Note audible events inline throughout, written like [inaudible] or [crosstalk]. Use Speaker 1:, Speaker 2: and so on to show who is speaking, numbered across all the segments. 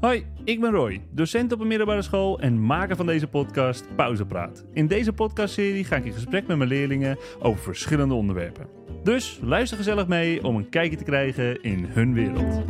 Speaker 1: Hoi, ik ben Roy, docent op een middelbare school en maker van deze podcast Pauzepraat. In deze podcastserie ga ik in gesprek met mijn leerlingen over verschillende onderwerpen. Dus luister gezellig mee om een kijkje te krijgen in hun wereld.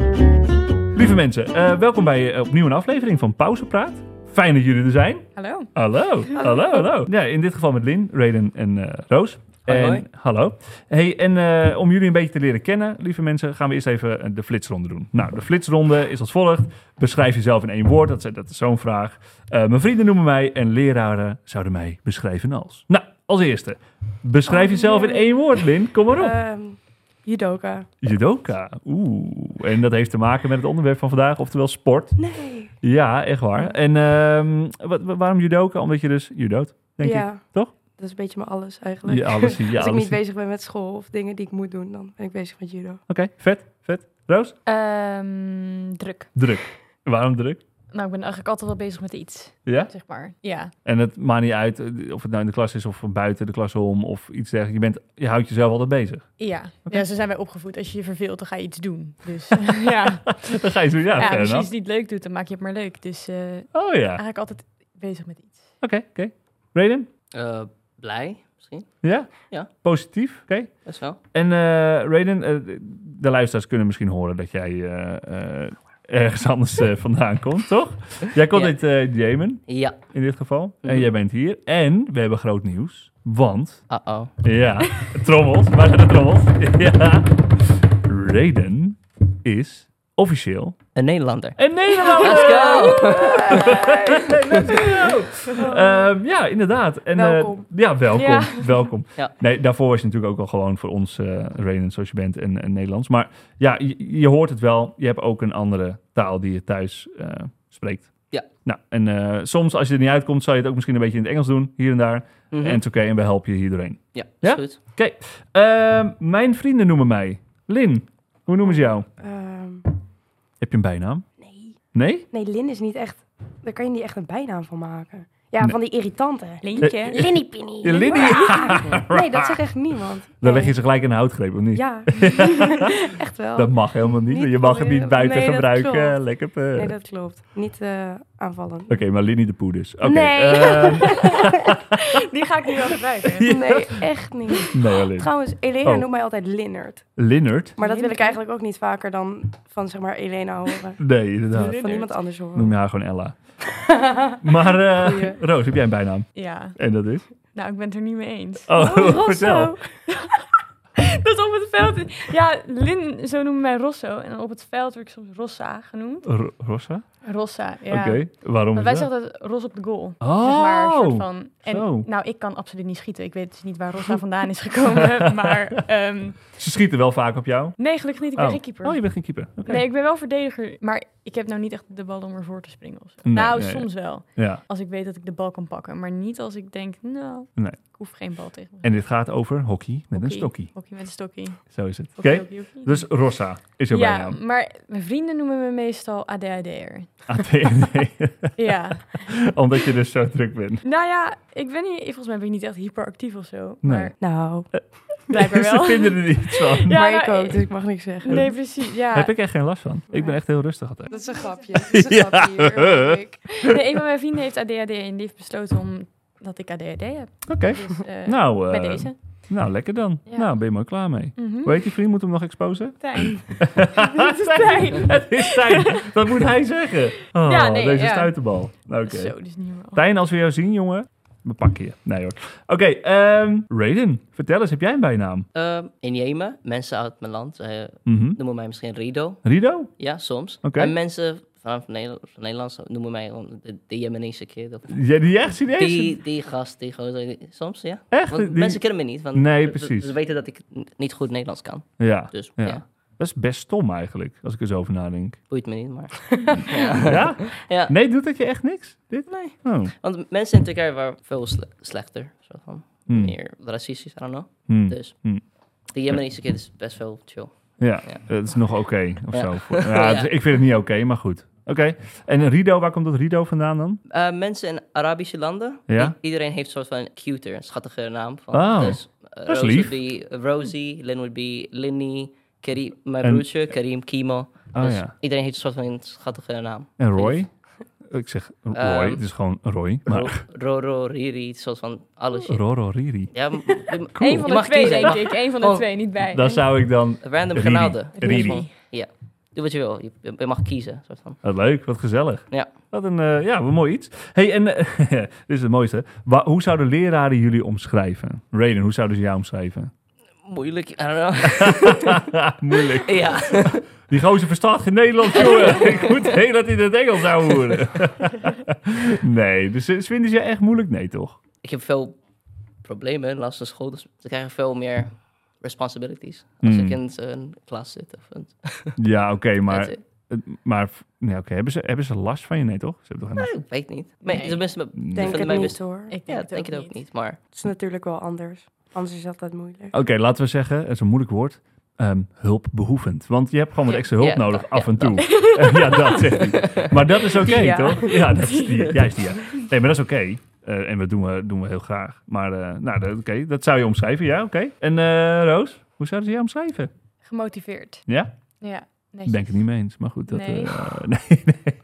Speaker 1: Lieve mensen, eh, welkom bij eh, opnieuw een aflevering van Pauzepraat. Fijn dat jullie er zijn.
Speaker 2: Hallo.
Speaker 1: Hallo, hallo, hallo. Ja, in dit geval met Lin, Raiden en eh, Roos.
Speaker 3: Hoi,
Speaker 1: en,
Speaker 3: hoi.
Speaker 1: Hallo. Hey, en eh, om jullie een beetje te leren kennen, lieve mensen, gaan we eerst even eh, de flitsronde doen. Nou, de flitsronde is als volgt. Beschrijf jezelf in één woord, dat, is- dat is zo'n vraag. Eh, mijn vrienden noemen mij en leraren zouden mij beschrijven als. Nou, als eerste. Beschrijf Eh.
Speaker 2: Oh,
Speaker 1: jezelf in
Speaker 2: nee.
Speaker 1: één woord, Lin. Kom maar op.
Speaker 2: Ehm judoka.
Speaker 1: Judoka. Oeh. En dat heeft te maken met het onderwerp van vandaag, oftewel sport.
Speaker 2: Nee.
Speaker 1: Ja, echt waar. En ehm, wat, wa- waarom judoka? Omdat je dus judoot, denk ik.
Speaker 2: ja.
Speaker 1: toch?
Speaker 2: Dat is een beetje mijn alles
Speaker 1: Ja,
Speaker 2: eigenlijk.
Speaker 1: alles. Ja,
Speaker 2: [laughs] Als ik
Speaker 1: alles.
Speaker 2: niet bezig ben met school of dingen die ik moet doen, dan ben ik bezig met judo.
Speaker 1: Oké, vet, vet. Roos?
Speaker 3: Ehm, druk.
Speaker 1: Druk. Waarom druk?
Speaker 3: Nou, ik ben eigenlijk altijd wel bezig met iets,
Speaker 1: Ja?
Speaker 3: zeg maar. Ja.
Speaker 1: En het maakt niet uit eh, of het nou in de klas is of buiten de klas om of iets dergelijks. Je, bent, je houdt jezelf altijd [laughs] bezig.
Speaker 3: Ja.
Speaker 1: Oké.
Speaker 3: ja, zo zijn wij opgevoed. Als je je verveelt, dan ga je iets doen.
Speaker 2: [laughs]
Speaker 3: Dus eh, ja.
Speaker 1: Dan ga je zo, ja,
Speaker 3: ja,
Speaker 1: fair
Speaker 3: als je
Speaker 1: enough.
Speaker 3: iets niet leuk doet, dan maak je het maar leuk. Dus eh,
Speaker 1: Oh ja, oké,
Speaker 3: eigenlijk altijd bezig met iets.
Speaker 1: oké. Raiden?
Speaker 4: Eh, blij, misschien.
Speaker 1: Ja?
Speaker 4: Ja.
Speaker 1: Positief, oké.
Speaker 4: Best wel.
Speaker 1: En eh, Raiden, eh, de luisteraars kunnen misschien horen dat jij eh, eh, ergens anders [laughs] eh, vandaan komt, toch? Jij komt
Speaker 4: Ja.
Speaker 1: uit eh, Jemen,
Speaker 4: Ja.
Speaker 1: in dit geval. En
Speaker 4: Mhm.
Speaker 1: jij bent hier. En we hebben groot nieuws, want
Speaker 4: Uh-oh.
Speaker 1: Ja, trommels. Waar zijn de trommels? Ja. Raiden is officieel
Speaker 4: Een Nederlander.
Speaker 1: een Nederlander.
Speaker 4: Let's go!
Speaker 2: [laughs]
Speaker 1: Ehm, ja, inderdaad. En, eh,
Speaker 2: Welkom.
Speaker 1: ja, welkom.
Speaker 3: Ja.
Speaker 1: welkom.
Speaker 4: Ja.
Speaker 1: Nee, daarvoor was je natuurlijk ook al gewoon voor ons eh Raiden, zoals je bent, en, en Nederlands. Maar ja, je, je hoort het wel. Je hebt ook een andere taal die je thuis eh, spreekt.
Speaker 4: Ja.
Speaker 1: Nou, en eh, soms als je er niet uitkomt, zou je het ook misschien een beetje in het Engels doen, hier en daar.
Speaker 4: Mhm.
Speaker 1: En het oké, en we helpen je hier doorheen.
Speaker 4: ja,
Speaker 1: Ja?
Speaker 4: is goed.
Speaker 1: Ehm, mijn vrienden noemen mij Lin. Hoe noemen ze jou?
Speaker 2: Ehm,
Speaker 1: Heb je een bijnaam?
Speaker 2: nee.
Speaker 3: [laughs]
Speaker 1: Nee?
Speaker 2: Nee, Lin is niet echt... Daar kan je niet echt een bijnaam van maken. Ja,
Speaker 1: Nee.
Speaker 2: van die irritante.
Speaker 1: Lintje.
Speaker 2: Linnipinny.
Speaker 1: Ja, Linnie.
Speaker 2: [laughs] Nee, dat zegt echt niemand.
Speaker 1: Dan leg
Speaker 2: Nee.
Speaker 1: je ze gelijk in een houtgreep, of niet? [laughs]
Speaker 2: Ja. echt wel.
Speaker 1: Dat mag helemaal niet.
Speaker 2: Niet
Speaker 1: je mag het niet
Speaker 2: proberen.
Speaker 1: buiten
Speaker 2: Nee, dat
Speaker 1: gebruiken.
Speaker 2: klopt.
Speaker 1: Lekker. eh.
Speaker 2: Nee, dat klopt. Niet eh aanvallen.
Speaker 1: Oké, maar Linnie de Poe dus. Oké,
Speaker 2: Nee.
Speaker 1: ehm,
Speaker 3: [laughs] Die ga ik nu wel gebruiken.
Speaker 1: ja.
Speaker 2: Nee, echt
Speaker 1: [laughs]
Speaker 2: niet.
Speaker 1: nee, wel Lin.
Speaker 2: Trouwens, Elena
Speaker 1: Oh.
Speaker 2: noemt mij altijd Linnert.
Speaker 1: Linnert?
Speaker 2: Maar dat wil ik
Speaker 3: Linnert.
Speaker 2: eigenlijk ook niet vaker dan van zeg maar Elena
Speaker 1: [laughs]
Speaker 2: horen.
Speaker 1: Nee, inderdaad.
Speaker 2: Van
Speaker 3: Linnert.
Speaker 2: iemand anders
Speaker 1: Noem
Speaker 2: horen.
Speaker 1: je haar gewoon
Speaker 3: [laughs]
Speaker 1: Ella. maar eh,
Speaker 3: Goeie.
Speaker 1: Roos, heb jij een bijnaam?
Speaker 3: Ja.
Speaker 1: En dat is?
Speaker 3: Nou, ik ben het er niet mee eens.
Speaker 1: [laughs] Oh,
Speaker 2: Rosso.
Speaker 1: vertel.
Speaker 3: [laughs] Dat op het veld... Ja, Lin, zo noemen mij Rosso. En dan op het veld word ik soms Rossa genoemd.
Speaker 1: Ro- Rossa?
Speaker 3: Rossa, ja.
Speaker 1: Oké, waarom
Speaker 3: Maar
Speaker 1: is
Speaker 3: wij
Speaker 1: dat?
Speaker 3: zeggen dat Ros op de goal. Zeg maar, een soort
Speaker 1: Oh!
Speaker 3: van, en
Speaker 1: zo.
Speaker 3: nou, ik kan absoluut niet schieten. Ik weet dus niet waar Rosa vandaan is
Speaker 1: [laughs]
Speaker 3: gekomen. maar ehm,
Speaker 1: Ze schieten wel vaak op jou.
Speaker 3: nee, gelukkig niet. Ik ben
Speaker 1: Oh.
Speaker 3: geen keeper.
Speaker 1: Oh, je bent geen keeper. Oké.
Speaker 3: Nee, ik ben wel verdediger. Maar ik heb nou niet echt de bal om ervoor te springen. Of zo.
Speaker 1: Nee,
Speaker 3: nou,
Speaker 1: nee.
Speaker 3: soms wel.
Speaker 1: Ja.
Speaker 3: Als ik weet dat ik de bal kan pakken. Maar niet als ik denk, nou,
Speaker 1: Nee.
Speaker 3: ik hoef geen bal tegen. me.
Speaker 1: En dit gaat over hockey met een
Speaker 3: Hockey.
Speaker 1: stokkie.
Speaker 3: Hokkie met een stokkie. Oké.
Speaker 1: Zo is het. Oké.
Speaker 3: hokkie, hokkie.
Speaker 1: Dus Rossa is jouw
Speaker 3: ja,
Speaker 1: bijnaam.
Speaker 3: maar mijn vrienden noemen me
Speaker 1: [laughs]
Speaker 3: meestal ADHD'er.
Speaker 1: ATND.
Speaker 3: [laughs] ja.
Speaker 1: Omdat je dus zo druk bent.
Speaker 3: Nou ja, ik ben niet, volgens mij ben ik niet echt hyperactief of zo.
Speaker 1: Nee. [laughs]
Speaker 3: Maar
Speaker 2: Nou,
Speaker 3: blijkbaar
Speaker 1: Ze
Speaker 3: wel.
Speaker 1: vinden er niet van.
Speaker 3: Ja,
Speaker 2: maar
Speaker 3: nou,
Speaker 2: ik ook,
Speaker 3: eh,
Speaker 2: dus ik mag niks
Speaker 3: [laughs]
Speaker 2: zeggen.
Speaker 3: Nee, precies. Ja.
Speaker 1: Heb ik echt geen last van. Ik ben echt heel rustig altijd.
Speaker 2: Dat is een grapje. Dat
Speaker 1: [laughs]
Speaker 2: is
Speaker 1: een grapje hier, hoor
Speaker 2: ik.
Speaker 3: Nee, een van mijn vrienden heeft ADHD en die heeft besloten om dat ik ADHD heb.
Speaker 1: Oké.
Speaker 3: Dus, eh,
Speaker 1: Nou, eh,
Speaker 3: bij deze.
Speaker 1: nou, lekker dan.
Speaker 3: Ja.
Speaker 1: Nou, ben je mooi klaar mee.
Speaker 3: Mhm.
Speaker 1: Hoe heet die vriend? Moet hem nog
Speaker 3: [laughs]
Speaker 1: exposen? [clears throat] [laughs]
Speaker 3: Tijn.
Speaker 1: Het is Tijn. Het is
Speaker 3: [laughs]
Speaker 1: Tijn. Dat moet hij zeggen. Oh,
Speaker 3: Ja, nee,
Speaker 1: deze
Speaker 3: ja.
Speaker 1: stuiterbal. Oké.
Speaker 3: Zo, dus niet normaal.
Speaker 1: Tijn, als we jou zien, jongen, we pakken je. Nee hoor. Oké, ehm Raiden, vertel eens, heb jij een bijnaam?
Speaker 4: Ehm, in Jemen, mensen uit mijn land eh,
Speaker 1: Mhm.
Speaker 4: noemen mij misschien Rido.
Speaker 1: Rido?
Speaker 4: Ja, soms.
Speaker 1: Oké.
Speaker 4: En mensen vanaf Nederland, van Nederland noemen mij gewoon de, de Jemenese kid. Of
Speaker 1: Jij die echt serieus?
Speaker 4: die, die gast, die gozer. die- Soms, ja.
Speaker 1: Echt?
Speaker 4: Want
Speaker 1: Die-
Speaker 4: mensen kennen me niet. Want
Speaker 1: Nee,
Speaker 4: ze-
Speaker 1: precies.
Speaker 4: Ze, ze weten dat ik n- niet goed Nederlands kan.
Speaker 1: Ja.
Speaker 4: Dus
Speaker 1: Ja.
Speaker 4: ja,
Speaker 1: Dat is best stom eigenlijk, als ik er zo over
Speaker 4: [laughs]
Speaker 1: nadenk.
Speaker 4: boeit me niet. Maar,
Speaker 1: Ja?
Speaker 4: ja.
Speaker 1: Nee, doet dat je echt niks? Dit?
Speaker 4: Nee.
Speaker 1: Oh.
Speaker 4: Want mensen in Turkije waren veel sle- slechter. Zo van,
Speaker 1: Hmm.
Speaker 4: Meer racistisch, I don't know.
Speaker 1: Hmm.
Speaker 4: Dus
Speaker 1: Hmm.
Speaker 4: de Jemenese kid is best wel chill.
Speaker 1: Ja,
Speaker 4: Ja.
Speaker 1: dat is nog oké of
Speaker 4: Ja.
Speaker 1: zo.
Speaker 4: [laughs]
Speaker 1: Voor- Ja,
Speaker 4: Ja.
Speaker 1: dus ik vind het niet oké, maar goed. Oké. En Rido, waar komt dat Rido vandaan dan?
Speaker 4: Eh, mensen in Arabische landen,
Speaker 1: Ja?
Speaker 4: i- iedereen heeft een soort van cuter, een schattige naam. Van.
Speaker 1: Oh,
Speaker 4: eh,
Speaker 1: dat is
Speaker 4: Rose
Speaker 1: lief.
Speaker 4: would be Rosie, Lynn would be Linny, Karim, mijn
Speaker 1: En-
Speaker 4: broertje, Karim, Kimo.
Speaker 1: Oh
Speaker 4: Dus
Speaker 1: ja.
Speaker 4: Iedereen heeft een soort van een schattige naam.
Speaker 1: En Roy? Ik zeg Roy,
Speaker 4: Ehm,
Speaker 1: het is gewoon Roy. Maar
Speaker 4: Roro, Ro, Riri, iets soort van alles. shit.
Speaker 1: Roro Riri. [laughs]
Speaker 4: Ja, m- je-
Speaker 1: Cool.
Speaker 3: Eén van
Speaker 4: Je
Speaker 3: de
Speaker 4: mag
Speaker 3: twee,
Speaker 4: kiezen,
Speaker 3: denk
Speaker 4: je
Speaker 3: ik. Eén van de
Speaker 4: Oh,
Speaker 3: twee, niet bij.
Speaker 1: Dan zou ik dan...
Speaker 4: random
Speaker 1: Riri.
Speaker 4: genaalden.
Speaker 1: Riri.
Speaker 4: Ja, doe wat je wil. Je, je mag kiezen. Soort van.
Speaker 1: Wat leuk, wat gezellig.
Speaker 4: Ja.
Speaker 1: Wat een, eh, ja, wat mooi iets. hey, en eh, [laughs] dit is het mooiste. Wa- hoe zouden leraren jullie omschrijven? Raiden, hoe zouden ze jou omschrijven? [laughs]
Speaker 4: Moeilijk, I don't know.
Speaker 1: Moeilijk.
Speaker 4: [laughs] ja.
Speaker 1: Die gozer verstaat geen Nederlands, jongen. ik moet heel dat in het Engels zou horen. [laughs] nee, dus eh, vinden ze je echt moeilijk? Nee, toch?
Speaker 4: Ik heb veel problemen naast de school. Dus ze krijgen veel meer responsibilities. Als
Speaker 1: Hmm.
Speaker 4: ik in zo'n klas zit. Of een,
Speaker 1: Ja, oké, maar,
Speaker 4: That's it.
Speaker 1: maar nee, oké, hebben, ze, hebben ze last van je? Nee, toch? Ze hebben toch geen last?
Speaker 4: Nee, ik weet niet. Maar,
Speaker 3: Nee.
Speaker 4: tenminste, me-
Speaker 1: Nee.
Speaker 2: Denk
Speaker 4: vinden
Speaker 2: het
Speaker 4: mij
Speaker 2: niet
Speaker 4: best-
Speaker 2: hoor.
Speaker 3: Ik
Speaker 4: ja, denk het ook niet. Maar
Speaker 2: Het is natuurlijk wel anders. Anders is dat moeilijk.
Speaker 1: Oké, laten we zeggen, het is een moeilijk woord, ehm, hulpbehoevend. Want je hebt gewoon wat
Speaker 4: Ja,
Speaker 1: extra hulp
Speaker 4: ja,
Speaker 1: nodig
Speaker 4: dat-
Speaker 1: af
Speaker 4: ja,
Speaker 1: en
Speaker 4: [laughs]
Speaker 1: toe. ja, dat zeg ik. Maar dat is oké,
Speaker 2: Die, ja.
Speaker 1: toch? Ja, dat is die. Juist die, ja. Nee, maar dat is oké. Eh, en dat doen we, doen we heel graag. Maar eh, nou, dat- oké, dat zou je omschrijven, ja, oké. En eh, Roos, hoe zouden ze jou omschrijven?
Speaker 3: Gemotiveerd.
Speaker 1: Ja?
Speaker 3: Ja,
Speaker 1: Ik
Speaker 3: netjes.
Speaker 1: ben het niet mee eens, maar goed. Dat,
Speaker 3: Nee.
Speaker 1: eh, [laughs] nee, nee.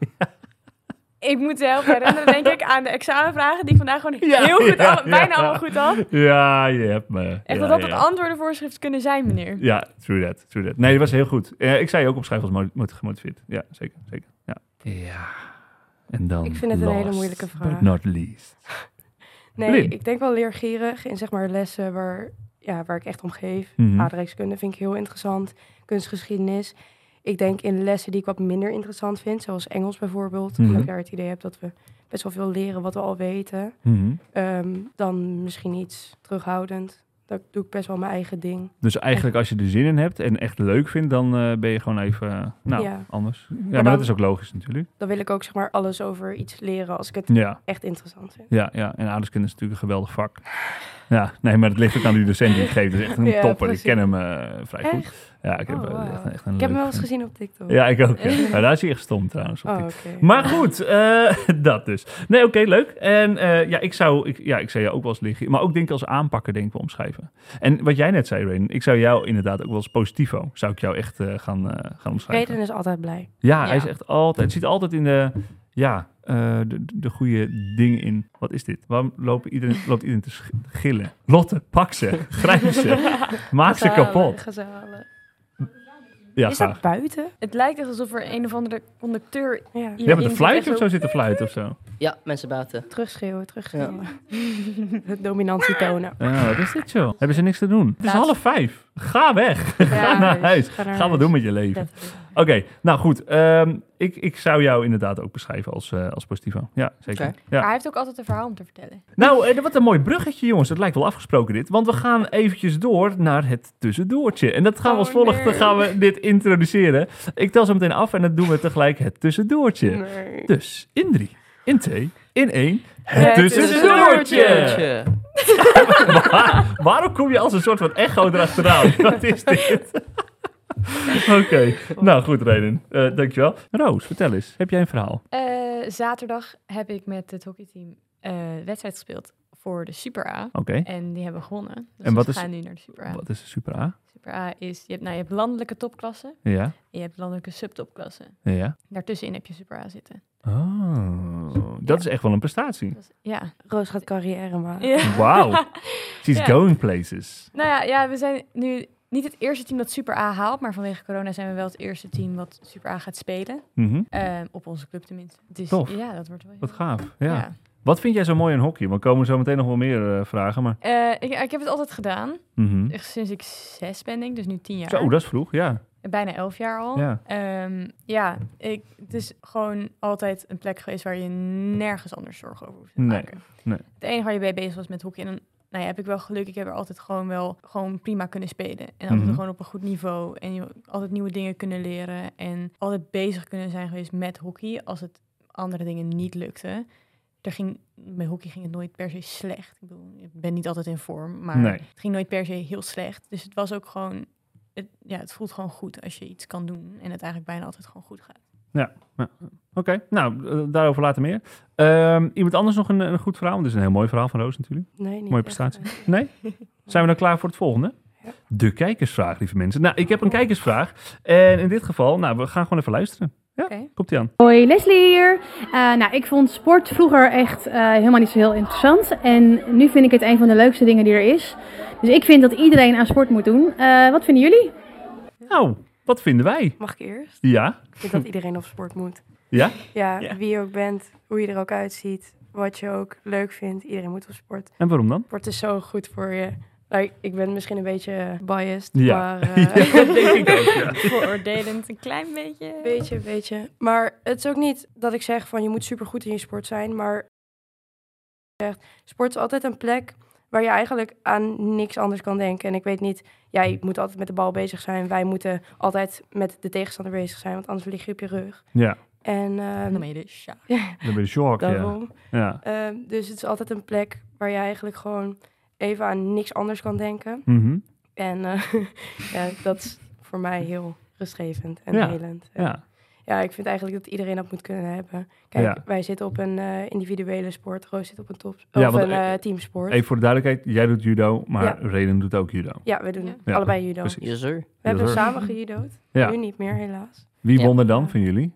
Speaker 3: Ik moet zelf herinneren, denk ik, aan de examenvragen die vandaag gewoon
Speaker 1: [laughs] Ja,
Speaker 3: heel goed,
Speaker 1: ja,
Speaker 3: al- bijna
Speaker 1: ja.
Speaker 3: allemaal goed had.
Speaker 1: Ja, je hebt me.
Speaker 3: Echt
Speaker 1: ja,
Speaker 3: dat dat
Speaker 1: ja.
Speaker 3: het antwoordenvoorschrift kunnen zijn, meneer.
Speaker 1: Ja, true that, true that. Nee, dat was heel goed. Eh, ik zei je ook opschrijven als mo- mot- gemotiveerd. Ja, zeker, zeker. Ja. ja. En dan
Speaker 2: Ik vind het een
Speaker 1: last
Speaker 2: hele moeilijke
Speaker 1: But
Speaker 2: vraag.
Speaker 1: not least.
Speaker 2: Nee,
Speaker 1: Lin.
Speaker 2: ik denk wel leergierig in zeg maar lessen waar, ja, waar ik echt om geef.
Speaker 1: Mhm.
Speaker 2: Aardrijkskunde vind ik heel interessant. Kunstgeschiedenis. Ik denk in lessen die ik wat minder interessant vind, zoals Engels bijvoorbeeld.
Speaker 1: Mhm.
Speaker 2: Omdat ik daar het idee heb dat we best wel veel leren wat we al weten.
Speaker 1: Mhm.
Speaker 2: Ehm, dan misschien iets terughoudend. Dat doe ik best wel mijn eigen ding.
Speaker 1: Dus eigenlijk als je er zin in hebt en echt leuk vindt, dan eh, ben je gewoon even, eh, nou,
Speaker 2: Ja.
Speaker 1: anders. Ja, maar,
Speaker 2: dan-
Speaker 1: dat is ook logisch natuurlijk.
Speaker 2: Dan wil ik ook zeg maar alles over iets leren als ik het
Speaker 1: Ja,
Speaker 2: echt interessant vind.
Speaker 1: ja, ja. En aardrijkskunde is natuurlijk een geweldig vak. Ja, nee, maar het ligt ook aan die docent die het geeft. Dat is echt een
Speaker 2: Ja,
Speaker 1: topper.
Speaker 2: precies.
Speaker 1: Ik ken hem eh, vrij goed.
Speaker 2: Echt?
Speaker 1: Ja, ik heb
Speaker 2: Oh,
Speaker 1: eh,
Speaker 2: wauw.
Speaker 1: echt, een- echt een
Speaker 2: Ik heb hem
Speaker 1: leuk
Speaker 2: wel eens
Speaker 1: vriend.
Speaker 2: gezien op TikTok.
Speaker 1: Ja, ik ook. Ja. Maar daar is hij echt stom trouwens. Op
Speaker 2: Oh,
Speaker 1: TikTok.
Speaker 2: oké.
Speaker 1: Maar goed, eh, [laughs] dat dus. Nee, oké, leuk. En eh, ja, ik zou, ik, ja, ik zou jou ook wel eens liggen. Maar ook denk ik als aanpakker, denk ik wel omschrijven. En wat jij net zei, Rain, ik zou jou inderdaad ook wel als positivo, zou ik jou echt eh, gaan, eh, gaan omschrijven.
Speaker 2: Reden is altijd blij.
Speaker 1: Ja,
Speaker 4: Ja.
Speaker 1: hij is echt altijd, het zit altijd in de, ja, eh, de, de goede dingen in. Wat is dit? Waarom loopt iedereen, loopt iedereen te sch- gillen? Lotte, pak ze, grijp ze, maak ze
Speaker 2: Gezellig,
Speaker 1: kapot.
Speaker 2: gezellig.
Speaker 1: Ja,
Speaker 2: is
Speaker 1: graag.
Speaker 2: dat buiten?
Speaker 3: Het lijkt echt alsof er een of andere conducteur...
Speaker 2: Ja.
Speaker 1: Je hebt
Speaker 3: hierin
Speaker 1: een
Speaker 3: zit
Speaker 1: fluit
Speaker 3: echt [laughs]
Speaker 1: of zo zitten fluiten of zo.
Speaker 4: ja, mensen buiten.
Speaker 2: Terugschreeuwen, terugschreeuwen. [laughs] Het dominantie
Speaker 1: [laughs]
Speaker 2: tonen.
Speaker 1: Ah, wat is dit joh? Hebben ze niks te doen? Het is
Speaker 3: Laatst-
Speaker 1: half vijf. Ga weg.
Speaker 2: Ja, dus
Speaker 1: Ga naar huis. Ga wat doen met je leven. Oké, nou goed. ehm, ik, ik zou jou inderdaad ook beschrijven als, eh als positivo. Ja, zeker.
Speaker 4: Oké.
Speaker 1: Ja.
Speaker 3: Maar hij heeft ook altijd een verhaal om te vertellen.
Speaker 1: Nou, eh, wat een mooi bruggetje, jongens. Het lijkt wel afgesproken dit. Want we gaan eventjes door naar het tussendoortje. En dat gaan we als
Speaker 3: Oh,
Speaker 1: volgt. Dan
Speaker 3: nee.
Speaker 1: gaan we dit introduceren. Ik tel zo meteen af en dan doen we tegelijk het tussendoortje.
Speaker 2: Nee.
Speaker 1: Dus in drie, in twee, in één. Het,
Speaker 2: Het
Speaker 1: tussendoortje.
Speaker 2: tussendoortje.
Speaker 1: Waar- waarom kom je als een soort van echo erachteraan?
Speaker 3: [laughs]
Speaker 1: Wat is dit? Oké, nou goed Reden. Eh dankjewel. Roos, vertel eens. Heb jij een verhaal?
Speaker 3: Eh, zaterdag heb ik met het hockeyteam eh wedstrijd gespeeld voor de Super A.
Speaker 1: Oké.
Speaker 3: En die hebben gewonnen. Dus
Speaker 1: Oh. En wat
Speaker 3: we
Speaker 1: is-
Speaker 3: gaan nu naar de Super A.
Speaker 1: Wat is een super A?
Speaker 3: Super A is, je hebt, nou, je hebt landelijke topklassen
Speaker 1: Ja,
Speaker 3: en je hebt landelijke subtopklassen.
Speaker 1: ja.
Speaker 3: Daartussenin heb je Super A zitten.
Speaker 1: Oh, dat is echt wel een prestatie.
Speaker 3: Dat is- ja.
Speaker 2: Roos gaat carrière maken.
Speaker 3: ja. [laughs]
Speaker 1: Wauw. She's
Speaker 3: Ja.
Speaker 1: going places.
Speaker 3: Nou ja, ja, we zijn nu niet het eerste team dat Super A haalt, maar vanwege corona zijn we wel het eerste team wat Super A gaat spelen.
Speaker 1: Mhm.
Speaker 3: Ehm, op onze club tenminste. Dus
Speaker 1: Tof.
Speaker 3: ja, dat wordt wel heel
Speaker 1: Wat
Speaker 3: leuk.
Speaker 1: gaaf. Ja. Wat vind jij zo mooi aan hockey? We komen zo meteen nog wel meer eh, vragen, maar...
Speaker 3: Eh, ik, ik heb het altijd gedaan.
Speaker 1: Mhm.
Speaker 3: Echt sinds ik zes ben, denk ik, dus nu tien jaar.
Speaker 1: Zo, oh, dat is vroeg, ja.
Speaker 3: Bijna elf jaar al.
Speaker 1: Ja.
Speaker 3: Ehm, ja, ik, het is gewoon altijd een plek geweest waar je nergens anders zorgen over hoeft te
Speaker 1: Nee,
Speaker 3: maken.
Speaker 1: nee.
Speaker 3: Het enige waar je bij bezig was met hockey. En dan nou ja, heb ik wel geluk. Ik heb er altijd gewoon wel gewoon prima kunnen spelen. En altijd
Speaker 1: Mhm.
Speaker 3: gewoon op een goed niveau. En je- altijd nieuwe dingen kunnen leren. En altijd bezig kunnen zijn geweest met hockey. Als het andere dingen niet lukte. Er ging, bij hockey ging het nooit per se slecht. Ik bedoel, ik ben niet altijd in vorm. Maar
Speaker 1: Nee.
Speaker 3: het ging nooit per se heel slecht. Dus het was ook gewoon het, ja, het voelt gewoon goed als je iets kan doen en het eigenlijk bijna altijd gewoon goed gaat.
Speaker 1: Oké, nou, eh, daarover later meer. Ehm, iemand anders nog een, een goed verhaal? Want dit is een heel mooi verhaal van Roos natuurlijk.
Speaker 2: Nee, niet
Speaker 1: Mooie
Speaker 2: echt.
Speaker 1: prestatie. Nee? Zijn we dan klaar voor het volgende? De kijkersvraag, lieve mensen. Nou, ik heb een kijkersvraag. En in dit geval, nou, we gaan gewoon even luisteren. Ja,
Speaker 3: Oké.
Speaker 1: komt ie aan.
Speaker 5: Hoi, Leslie hier. Eh, nou, ik vond sport vroeger echt eh, helemaal niet zo heel interessant. En nu vind ik het een van de leukste dingen die er is. Dus ik vind dat iedereen aan sport moet doen. Eh, wat vinden jullie?
Speaker 1: Nou, wat vinden wij?
Speaker 2: Mag ik eerst?
Speaker 1: Ja,
Speaker 2: Ik vind dat iedereen op sport moet.
Speaker 1: ja.
Speaker 2: Ja,
Speaker 1: Ja.
Speaker 2: wie je ook bent, hoe je er ook uitziet, wat je ook leuk vindt. Iedereen moet op sport.
Speaker 1: En waarom dan?
Speaker 2: Sport is zo goed voor je. Nou, ik ben misschien een beetje biased,
Speaker 1: Ja. [laughs]
Speaker 2: maar... [laughs] eh,
Speaker 1: Ja, dat denk ik ook, ja.
Speaker 3: [laughs] Vooroordelend een klein beetje.
Speaker 2: Beetje, beetje. Maar het is ook niet dat ik zeg van je moet supergoed in je sport zijn, maar echt, sport is altijd een plek waar je eigenlijk aan niks anders kan denken. En ik weet niet, jij moet altijd met de bal bezig zijn, wij moeten altijd met de tegenstander bezig zijn, want anders lig je op je rug.
Speaker 1: Ja,
Speaker 2: En
Speaker 3: En
Speaker 2: ehm,
Speaker 3: dan ben je de sjaak.
Speaker 1: dan ben je shock, ja.
Speaker 2: daarom.
Speaker 1: ja.
Speaker 2: Ehm, dus het is altijd een plek waar je eigenlijk gewoon even aan niks anders kan denken.
Speaker 1: Mhm.
Speaker 2: En eh, [laughs] ja, dat is voor mij heel rustgevend en
Speaker 1: Ja,
Speaker 2: helend. En
Speaker 1: ja.
Speaker 2: ja, ik vind eigenlijk dat iedereen dat moet kunnen hebben. Kijk,
Speaker 1: Ja.
Speaker 2: wij zitten op een eh, individuele sport, Roos zit op een top
Speaker 1: Ja,
Speaker 2: of
Speaker 1: want,
Speaker 2: een
Speaker 1: eh,
Speaker 2: eh, teamsport.
Speaker 1: Even voor de duidelijkheid, jij doet judo, maar
Speaker 2: Ja.
Speaker 1: Reden doet ook judo.
Speaker 2: Ja, we doen
Speaker 1: Ja,
Speaker 2: allebei judo.
Speaker 1: precies.
Speaker 4: Yes, sir.
Speaker 2: We hebben
Speaker 1: Ja.
Speaker 2: samen gejudo'd,
Speaker 1: Ja.
Speaker 2: nu niet meer helaas.
Speaker 1: Wie
Speaker 4: Ja.
Speaker 1: won er dan van jullie?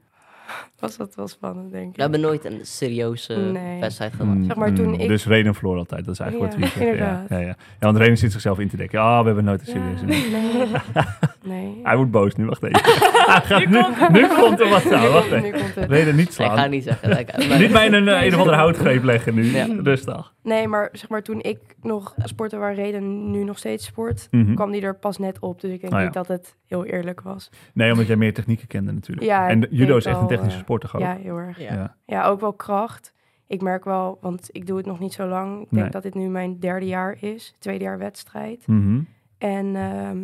Speaker 2: Was dat wel spannend, denk ik.
Speaker 4: We hebben nooit een serieuze
Speaker 2: Nee.
Speaker 4: wedstrijd gedaan.
Speaker 2: Zeg maar, toen
Speaker 1: Mm,
Speaker 2: ik-
Speaker 1: Dus Reden verloor altijd, dat is eigenlijk
Speaker 2: Ja,
Speaker 1: wat we hier zeggen. Ja,
Speaker 2: inderdaad.
Speaker 1: ja, ja. ja, want Reden zit zichzelf in te dekken. Ah, we hebben nooit een
Speaker 2: Ja,
Speaker 1: serieuze.
Speaker 2: nee. [laughs] nee.
Speaker 1: Hij wordt boos nu, wacht
Speaker 2: [laughs]
Speaker 1: even. Hij gaat nu, Ah, nu komt er wat aan,
Speaker 2: Nu
Speaker 1: wacht
Speaker 2: komt-
Speaker 1: even.
Speaker 2: nu komt het.
Speaker 1: Reden niet
Speaker 4: Ik ga het
Speaker 1: slaan.
Speaker 4: niet zeggen.
Speaker 1: [laughs]
Speaker 4: Like,
Speaker 1: Niet
Speaker 4: maar-
Speaker 1: bij een, eh, een of andere houtgreep leggen nu.
Speaker 4: Ja.
Speaker 1: Rustig.
Speaker 2: Nee, maar zeg maar, toen ik nog sportte waar Reden nu nog steeds sport,
Speaker 1: Mhm.
Speaker 2: kwam die er pas net op. Dus ik denk
Speaker 1: Ah, ja.
Speaker 2: niet dat het heel eerlijk was.
Speaker 1: Nee, omdat jij meer technieken kende natuurlijk.
Speaker 2: Ja,
Speaker 1: en
Speaker 2: ik
Speaker 1: judo is echt
Speaker 2: denk
Speaker 1: een
Speaker 2: wel,
Speaker 1: technische
Speaker 2: eh,
Speaker 1: sport, toch ook?
Speaker 2: Ja, heel erg.
Speaker 4: Ja.
Speaker 1: Ja.
Speaker 2: Ja, ook wel kracht. Ik merk wel, want ik doe het nog niet zo lang. Ik denk
Speaker 1: Nee.
Speaker 2: dat dit nu mijn derde jaar is, tweede jaar wedstrijd.
Speaker 1: Mhm.
Speaker 2: En ehm,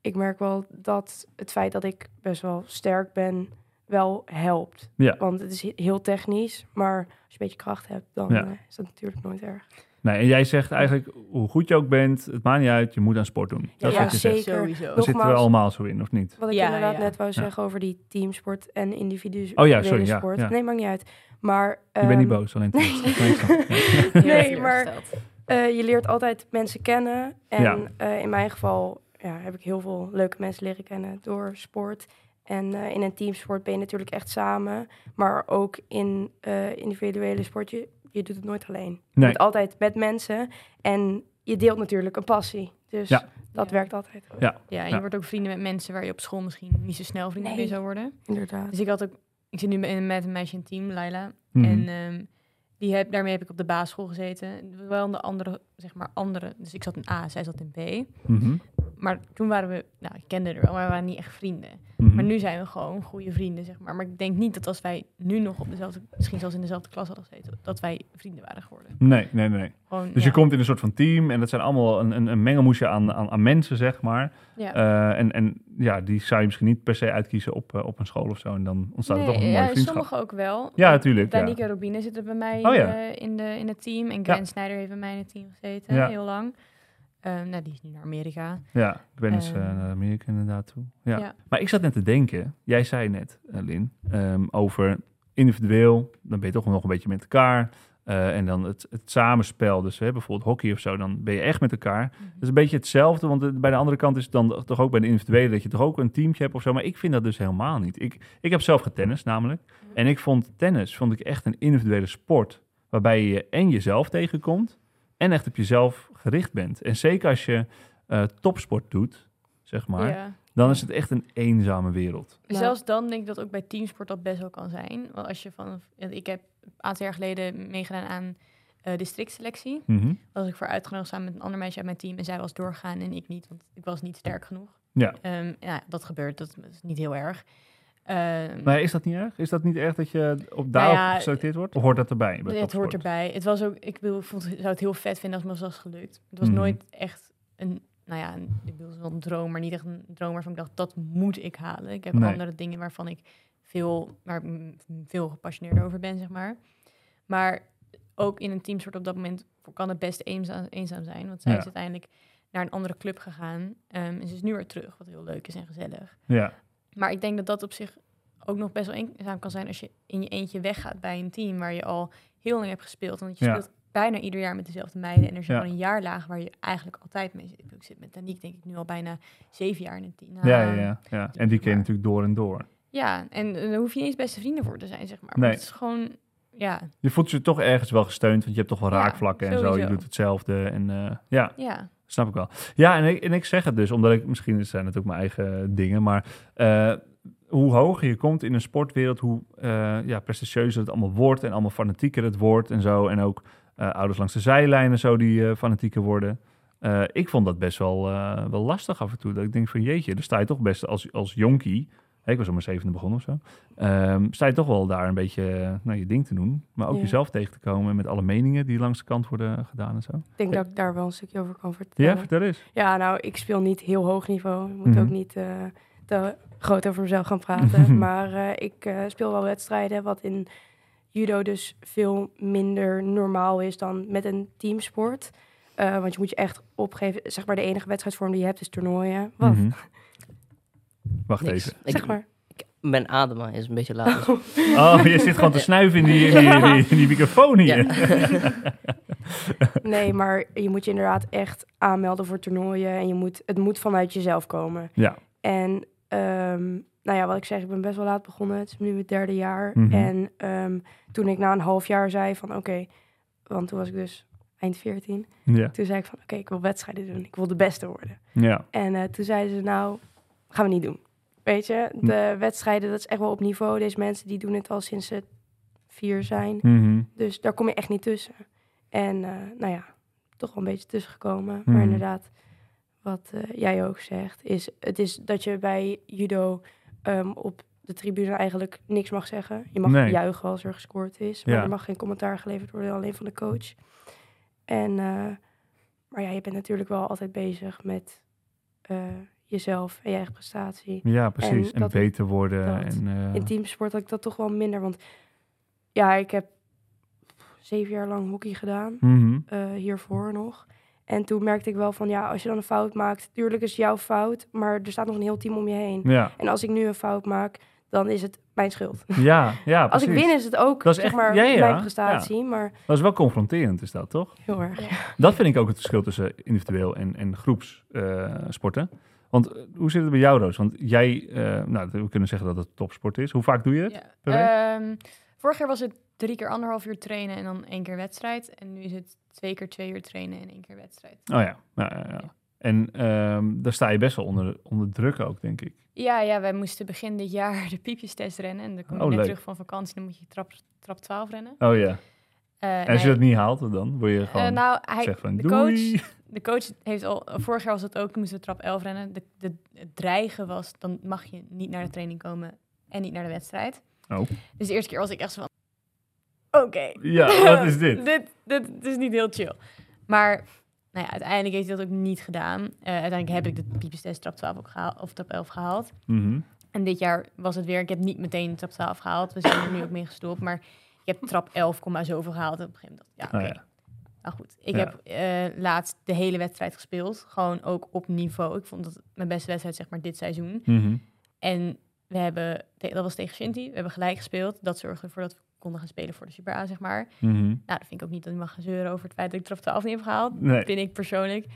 Speaker 2: ik merk wel dat het feit dat ik best wel sterk ben, wel helpt.
Speaker 1: Ja.
Speaker 2: Want het is he- heel technisch, maar als je een beetje kracht hebt, dan
Speaker 1: Ja.
Speaker 2: eh, is dat natuurlijk nooit erg.
Speaker 1: Nee, en jij zegt eigenlijk, hoe goed je ook bent, het maakt niet uit, je moet aan sport doen. Dat is
Speaker 2: ja,
Speaker 1: wat je zegt.
Speaker 2: zeker.
Speaker 3: Sowieso.
Speaker 1: Daar zitten we
Speaker 2: Nogmaals.
Speaker 1: allemaal zo in, of niet?
Speaker 2: Wat ik
Speaker 3: Ja,
Speaker 2: inderdaad
Speaker 3: ja.
Speaker 2: net wou
Speaker 1: Ja.
Speaker 2: zeggen over die teamsport en individuele
Speaker 1: Oh ja, sorry, ja,
Speaker 2: sport.
Speaker 1: ja.
Speaker 2: Nee, maakt niet uit. Maar,
Speaker 1: Je bent niet
Speaker 2: [laughs] ehm,
Speaker 1: boos, alleen
Speaker 2: nee.
Speaker 1: trots. Nee, ik snap het. Ja.
Speaker 3: [laughs]
Speaker 2: Nee, maar Eh, je leert altijd mensen kennen. En
Speaker 1: Ja.
Speaker 2: eh, in mijn geval ja, heb ik heel veel leuke mensen leren kennen door sport. En eh, in een teamsport ben je natuurlijk echt samen. Maar ook in eh, individuele sport, je, je doet het nooit alleen. Je [laughs]
Speaker 1: Nee.
Speaker 2: bent altijd met mensen. En je deelt natuurlijk een passie. Dus
Speaker 1: Ja.
Speaker 2: dat
Speaker 3: Ja.
Speaker 2: werkt altijd.
Speaker 3: Ja, en je
Speaker 1: Ja.
Speaker 3: wordt ook vrienden met mensen waar je op school misschien niet zo snel vrienden
Speaker 2: Nee.
Speaker 3: mee zou worden.
Speaker 2: Inderdaad.
Speaker 3: Dus ik had ook... Ik zit nu met met een meisje in het team, Laila.
Speaker 1: Mhm.
Speaker 3: En ehm, die heb, daarmee heb ik op de basisschool gezeten. Wel in de andere, zeg maar andere. Dus ik zat in A, zij zat in B.
Speaker 1: Mhm.
Speaker 3: Maar toen waren we, nou, ik kende er wel, maar we waren niet echt vrienden.
Speaker 1: Mhm.
Speaker 3: Maar nu zijn we gewoon goede vrienden, zeg maar. Maar ik denk niet dat als wij nu nog op dezelfde, misschien zelfs in dezelfde klas hadden gezeten, dat wij vrienden waren geworden.
Speaker 1: Nee, nee, nee.
Speaker 3: Gewoon,
Speaker 1: Dus
Speaker 3: ja.
Speaker 1: je komt in een soort van team en dat zijn allemaal een, een, een mengelmoesje aan, aan, aan mensen, zeg maar.
Speaker 3: Ja.
Speaker 1: Eh, en, en ja, die zou je misschien niet per se uitkiezen op, eh, op een school of zo. En dan ontstaat er
Speaker 3: Nee,
Speaker 1: toch een mooie
Speaker 3: ja,
Speaker 1: vriendschap.
Speaker 3: sommige ook wel.
Speaker 1: Ja, natuurlijk, ja.
Speaker 3: Danique en Robine zitten bij mij
Speaker 1: Oh, ja.
Speaker 3: eh, in, de, in het team. En Gwen Snyder heeft bij mij in het team gezeten,
Speaker 1: Ja.
Speaker 3: heel lang. Ehm, nou, die is nu naar Amerika.
Speaker 1: Ja, ik ben eens
Speaker 3: Eh,
Speaker 1: eh, naar Amerika inderdaad toe. Ja.
Speaker 3: ja.
Speaker 1: Maar ik zat net te denken, jij zei net, eh, Lin, ehm, over individueel, dan ben je toch nog een beetje met elkaar. eh, en dan het, het samenspel, dus hè, bijvoorbeeld hockey of zo, dan ben je echt met elkaar. Dat is een beetje hetzelfde, want eh, bij de andere kant is het dan toch ook bij de individuele dat je toch ook een teamje hebt of zo. Maar ik vind dat dus helemaal niet. Ik, ik heb zelf getennist namelijk.
Speaker 3: Mhm.
Speaker 1: En ik vond tennis vond ik echt een individuele sport, waarbij je en jezelf tegenkomt en echt op jezelf gericht bent. En zeker als je eh, topsport doet, zeg maar.
Speaker 3: Ja.
Speaker 1: Dan is het echt een eenzame wereld.
Speaker 2: Maar-
Speaker 3: Zelfs dan denk ik dat ook bij teamsport dat best wel kan zijn. Want als je van, want ik heb een aantal jaar geleden meegedaan aan eh districtselectie.
Speaker 1: Mhm.
Speaker 3: was ik voor uitgenodigd samen met een ander meisje uit mijn team. En zij was doorgaan en ik niet, want ik was niet sterk genoeg.
Speaker 1: Ja.
Speaker 3: Ehm, nou ja, dat gebeurt, dat is niet heel erg. Ehm,
Speaker 1: Maar is dat niet erg? Is dat niet erg dat je op daarop
Speaker 3: Nou ja, eh,
Speaker 1: geselecteerd wordt? Of hoort dat erbij? bij
Speaker 3: het
Speaker 1: topsport?
Speaker 3: hoort erbij. Het was ook, ik bedoel, ik vond, zou het heel vet vinden als het me was gelukt. Het was
Speaker 1: Mhm.
Speaker 3: nooit echt een, nou ja, een, ik bedoel, het was wel een droom, maar niet echt een droom waarvan ik dacht, dat moet ik halen. Ik heb
Speaker 1: Nee.
Speaker 3: andere dingen waarvan ik veel, waar ik m- veel gepassioneerder over ben, zeg maar. Maar ook in een teamsport op dat moment kan het best eenzaam, eenzaam zijn. Want zij
Speaker 1: Ja.
Speaker 3: is uiteindelijk naar een andere club gegaan. ehm, en ze is nu weer terug, wat heel leuk is en gezellig.
Speaker 1: Ja.
Speaker 3: Maar ik denk dat dat op zich ook nog best wel eenzaam kan zijn als je in je eentje weggaat bij een team waar je al heel lang hebt gespeeld. Want je
Speaker 1: Ja.
Speaker 3: speelt bijna ieder jaar met dezelfde meiden. En er is
Speaker 1: Ja.
Speaker 3: gewoon een jaarlaag waar je eigenlijk altijd mee zit. Ik zit met Danique denk ik nu al bijna zeven jaar in het team. Ehm,
Speaker 1: Ja, ja, ja,
Speaker 3: Ah.
Speaker 1: ja. En die ken je natuurlijk door en door.
Speaker 3: Ja, en eh, daar hoef je niet eens beste vrienden voor te zijn, zeg maar.
Speaker 1: Nee.
Speaker 3: Maar het is gewoon, ja,
Speaker 1: Je voelt je toch ergens wel gesteund, want je hebt toch wel
Speaker 3: Ja,
Speaker 1: raakvlakken en zo. Je
Speaker 3: sowieso.
Speaker 1: doet hetzelfde. En eh, ja,
Speaker 3: ja.
Speaker 1: Snap ik wel. Ja, en ik, en ik zeg het dus, omdat ik misschien zijn het ook mijn eigen dingen, maar eh, hoe hoger je komt in een sportwereld, hoe eh, ja, prestigieuzer het allemaal wordt en allemaal fanatieker het wordt en zo. En ook eh, ouders langs de zijlijn en zo die eh, fanatieker worden. Eh, ik vond dat best wel, eh, wel lastig af en toe. Dat ik denk van jeetje, daar sta je toch best als, als jonkie. hè, Ik was om mijn zevende begonnen of zo. ehm, sta je toch wel daar een beetje eh, nou, je ding te doen. Maar ook
Speaker 2: Ja.
Speaker 1: jezelf tegen te komen met alle meningen die langs de kant worden eh, gedaan en zo.
Speaker 2: Ik denk dat ik daar wel een stukje over kan vertellen.
Speaker 1: Ja, vertel eens.
Speaker 2: Ja, nou, ik speel niet heel hoog niveau. Ik moet
Speaker 1: Mhm.
Speaker 2: ook niet eh, te groot over mezelf gaan
Speaker 1: [laughs]
Speaker 2: praten. maar eh, ik eh, speel wel wedstrijden, wat in judo dus veel minder normaal is dan met een teamsport. Eh, want je moet je echt opgeven. Zeg maar, de enige wedstrijdvorm die je hebt is toernooien. Wat?
Speaker 1: Mhm. Wacht
Speaker 4: Niks.
Speaker 1: even.
Speaker 4: Ik-
Speaker 2: Zeg maar.
Speaker 4: Mijn ademen is een beetje laag. dus-
Speaker 1: Oh, je zit gewoon te snuiven in die, in die, in die, in die microfoon hier.
Speaker 4: Ja.
Speaker 2: Nee, maar je moet je inderdaad echt aanmelden voor toernooien. En je moet, het moet vanuit jezelf komen.
Speaker 1: Ja.
Speaker 2: En ehm, nou ja, wat ik zeg, ik ben best wel laat begonnen. Het is nu het derde jaar.
Speaker 1: Mhm.
Speaker 2: En ehm, toen ik na een half jaar zei van oké, want toen was ik dus eind 14.
Speaker 1: Ja.
Speaker 2: Toen zei ik van oké, ik wil wedstrijden doen. Ik wil de beste worden.
Speaker 1: ja.
Speaker 2: En eh, toen zeiden ze nou, gaan we niet doen. Weet je, de
Speaker 1: Hm.
Speaker 2: wedstrijden, dat is echt wel op niveau. Deze mensen die doen het al sinds ze vier zijn.
Speaker 1: Mhm.
Speaker 2: Dus daar kom je echt niet tussen. En eh, nou ja, toch wel een beetje tussen gekomen.
Speaker 1: Mhm.
Speaker 2: Maar inderdaad, wat eh, jij ook zegt, is het is dat je bij judo ehm, op de tribune eigenlijk niks mag zeggen. Je mag
Speaker 1: Nee.
Speaker 2: juichen als er gescoord is, maar
Speaker 1: Ja.
Speaker 2: er mag geen commentaar geleverd worden, alleen van de coach. En, eh, maar ja, je bent natuurlijk wel altijd bezig met eh, jezelf en je eigen prestatie
Speaker 1: Ja, precies.
Speaker 2: En
Speaker 1: En,
Speaker 2: dat-
Speaker 1: beter worden.
Speaker 2: dat.
Speaker 1: En, eh,
Speaker 2: in teamsport had ik dat toch wel minder. Want ja, ik heb zeven jaar lang hockey gedaan,
Speaker 1: mhm.
Speaker 2: eh, hiervoor nog. En toen merkte ik wel van, ja, als je dan een fout maakt... tuurlijk is het jouw fout, maar er staat nog een heel team om je heen.
Speaker 1: Ja,
Speaker 2: En als ik nu een fout maak, dan is het mijn schuld.
Speaker 1: ja, ja
Speaker 2: Als
Speaker 1: precies.
Speaker 2: ik win is het ook,
Speaker 1: Dat is
Speaker 2: zeg
Speaker 1: echt-
Speaker 2: maar,
Speaker 1: ja, ja, ja.
Speaker 2: mijn prestatie. Maar
Speaker 1: Dat is wel confronterend, is dat toch?
Speaker 2: heel erg.
Speaker 1: Dat vind ik ook het verschil tussen individueel en, en groepssporten. Want eh, hoe zit het bij jou, Roos? Want jij, eh, nou, we kunnen zeggen dat het topsport is. Hoe vaak doe je het?
Speaker 3: ja.
Speaker 1: per week?
Speaker 3: Ehm, vorig jaar was het drie keer anderhalf uur trainen en dan één keer wedstrijd. En nu is het twee keer twee uur trainen en één keer wedstrijd.
Speaker 1: Oh ja. ja, ja, ja. En ehm, daar sta je best wel onder, onder druk ook, denk ik.
Speaker 3: Ja, ja, wij moesten begin dit jaar [laughs] de piepjestest rennen. En dan kom je
Speaker 1: Oh,
Speaker 3: net
Speaker 1: leuk.
Speaker 3: terug van vakantie, dan moet je trap, trap 12 rennen.
Speaker 1: Oh ja.
Speaker 3: Eh,
Speaker 1: En als je
Speaker 3: nee.
Speaker 1: dat niet haalt, dan word je
Speaker 3: Eh,
Speaker 1: gewoon...
Speaker 3: nou, hij,
Speaker 1: zeg van
Speaker 3: de
Speaker 1: doei.
Speaker 3: coach, de coach heeft al, vorig jaar was het ook, moesten we trap 11 rennen. De, de, het dreigen was, dan mag je niet naar de training komen en niet naar de wedstrijd.
Speaker 1: Oh.
Speaker 3: Dus de eerste keer was ik echt zo van, oké.
Speaker 1: Ja, wat is dit?
Speaker 3: [laughs] dit, dit, dit is niet heel chill. Maar nou ja, uiteindelijk heeft hij dat ook niet gedaan. Eh, uiteindelijk heb ik de piepestest trap 12 ook gehaald, of trap 11 gehaald.
Speaker 1: Mhm.
Speaker 3: En dit jaar was het weer, ik heb niet meteen trap 12 gehaald. We zijn er nu ook mee gestopt, maar ik heb trap 11, komma zoveel gehaald. En op een gegeven moment dacht ik, ja,
Speaker 1: Nou
Speaker 3: oké.
Speaker 1: ja.
Speaker 3: Nou goed, ik
Speaker 1: Ja.
Speaker 3: heb eh, laatst de hele wedstrijd gespeeld. Gewoon ook op niveau. Ik vond dat mijn beste wedstrijd, zeg maar, dit seizoen.
Speaker 1: Mhm.
Speaker 3: En we hebben, te- dat was tegen Shinty, we hebben gelijk gespeeld. Dat zorgde ervoor dat we konden gaan spelen voor de Super A, zeg maar.
Speaker 1: Mhm.
Speaker 3: Nou, dat vind ik ook niet dat je mag gaan zeuren over het feit dat ik trap 12 niet heb gehaald.
Speaker 1: Nee.
Speaker 3: Dat vind ik persoonlijk.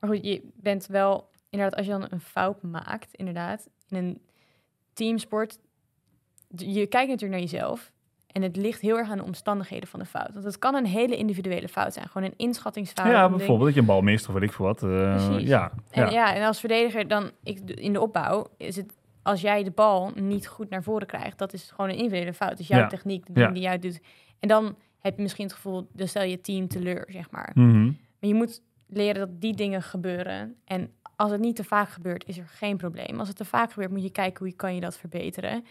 Speaker 3: Maar goed, je bent wel... Inderdaad, als je dan een fout maakt, inderdaad, in een teamsport... Je kijkt natuurlijk naar jezelf. En het ligt heel erg aan de omstandigheden van de fout. Want het kan een hele individuele fout zijn. Gewoon een inschattingsfout.
Speaker 1: ja,
Speaker 3: een ding.
Speaker 1: bijvoorbeeld dat je een bal mist of weet ik veel wat. eh,
Speaker 3: Precies.
Speaker 1: ja,
Speaker 3: En,
Speaker 1: ja.
Speaker 3: ja. en als verdediger dan ik, in de opbouw is het... Als jij de bal niet goed naar voren krijgt, dat is gewoon een individuele fout. Dus jouw
Speaker 1: Ja.
Speaker 3: techniek, de ding
Speaker 1: Ja.
Speaker 3: die jij doet. En dan heb je misschien het gevoel, dan stel je team teleur, zeg maar.
Speaker 1: Mhm.
Speaker 3: Maar je moet leren dat die dingen gebeuren. En als het niet te vaak gebeurt, is er geen probleem. Als het te vaak gebeurt, moet je kijken hoe je kan je dat verbeteren.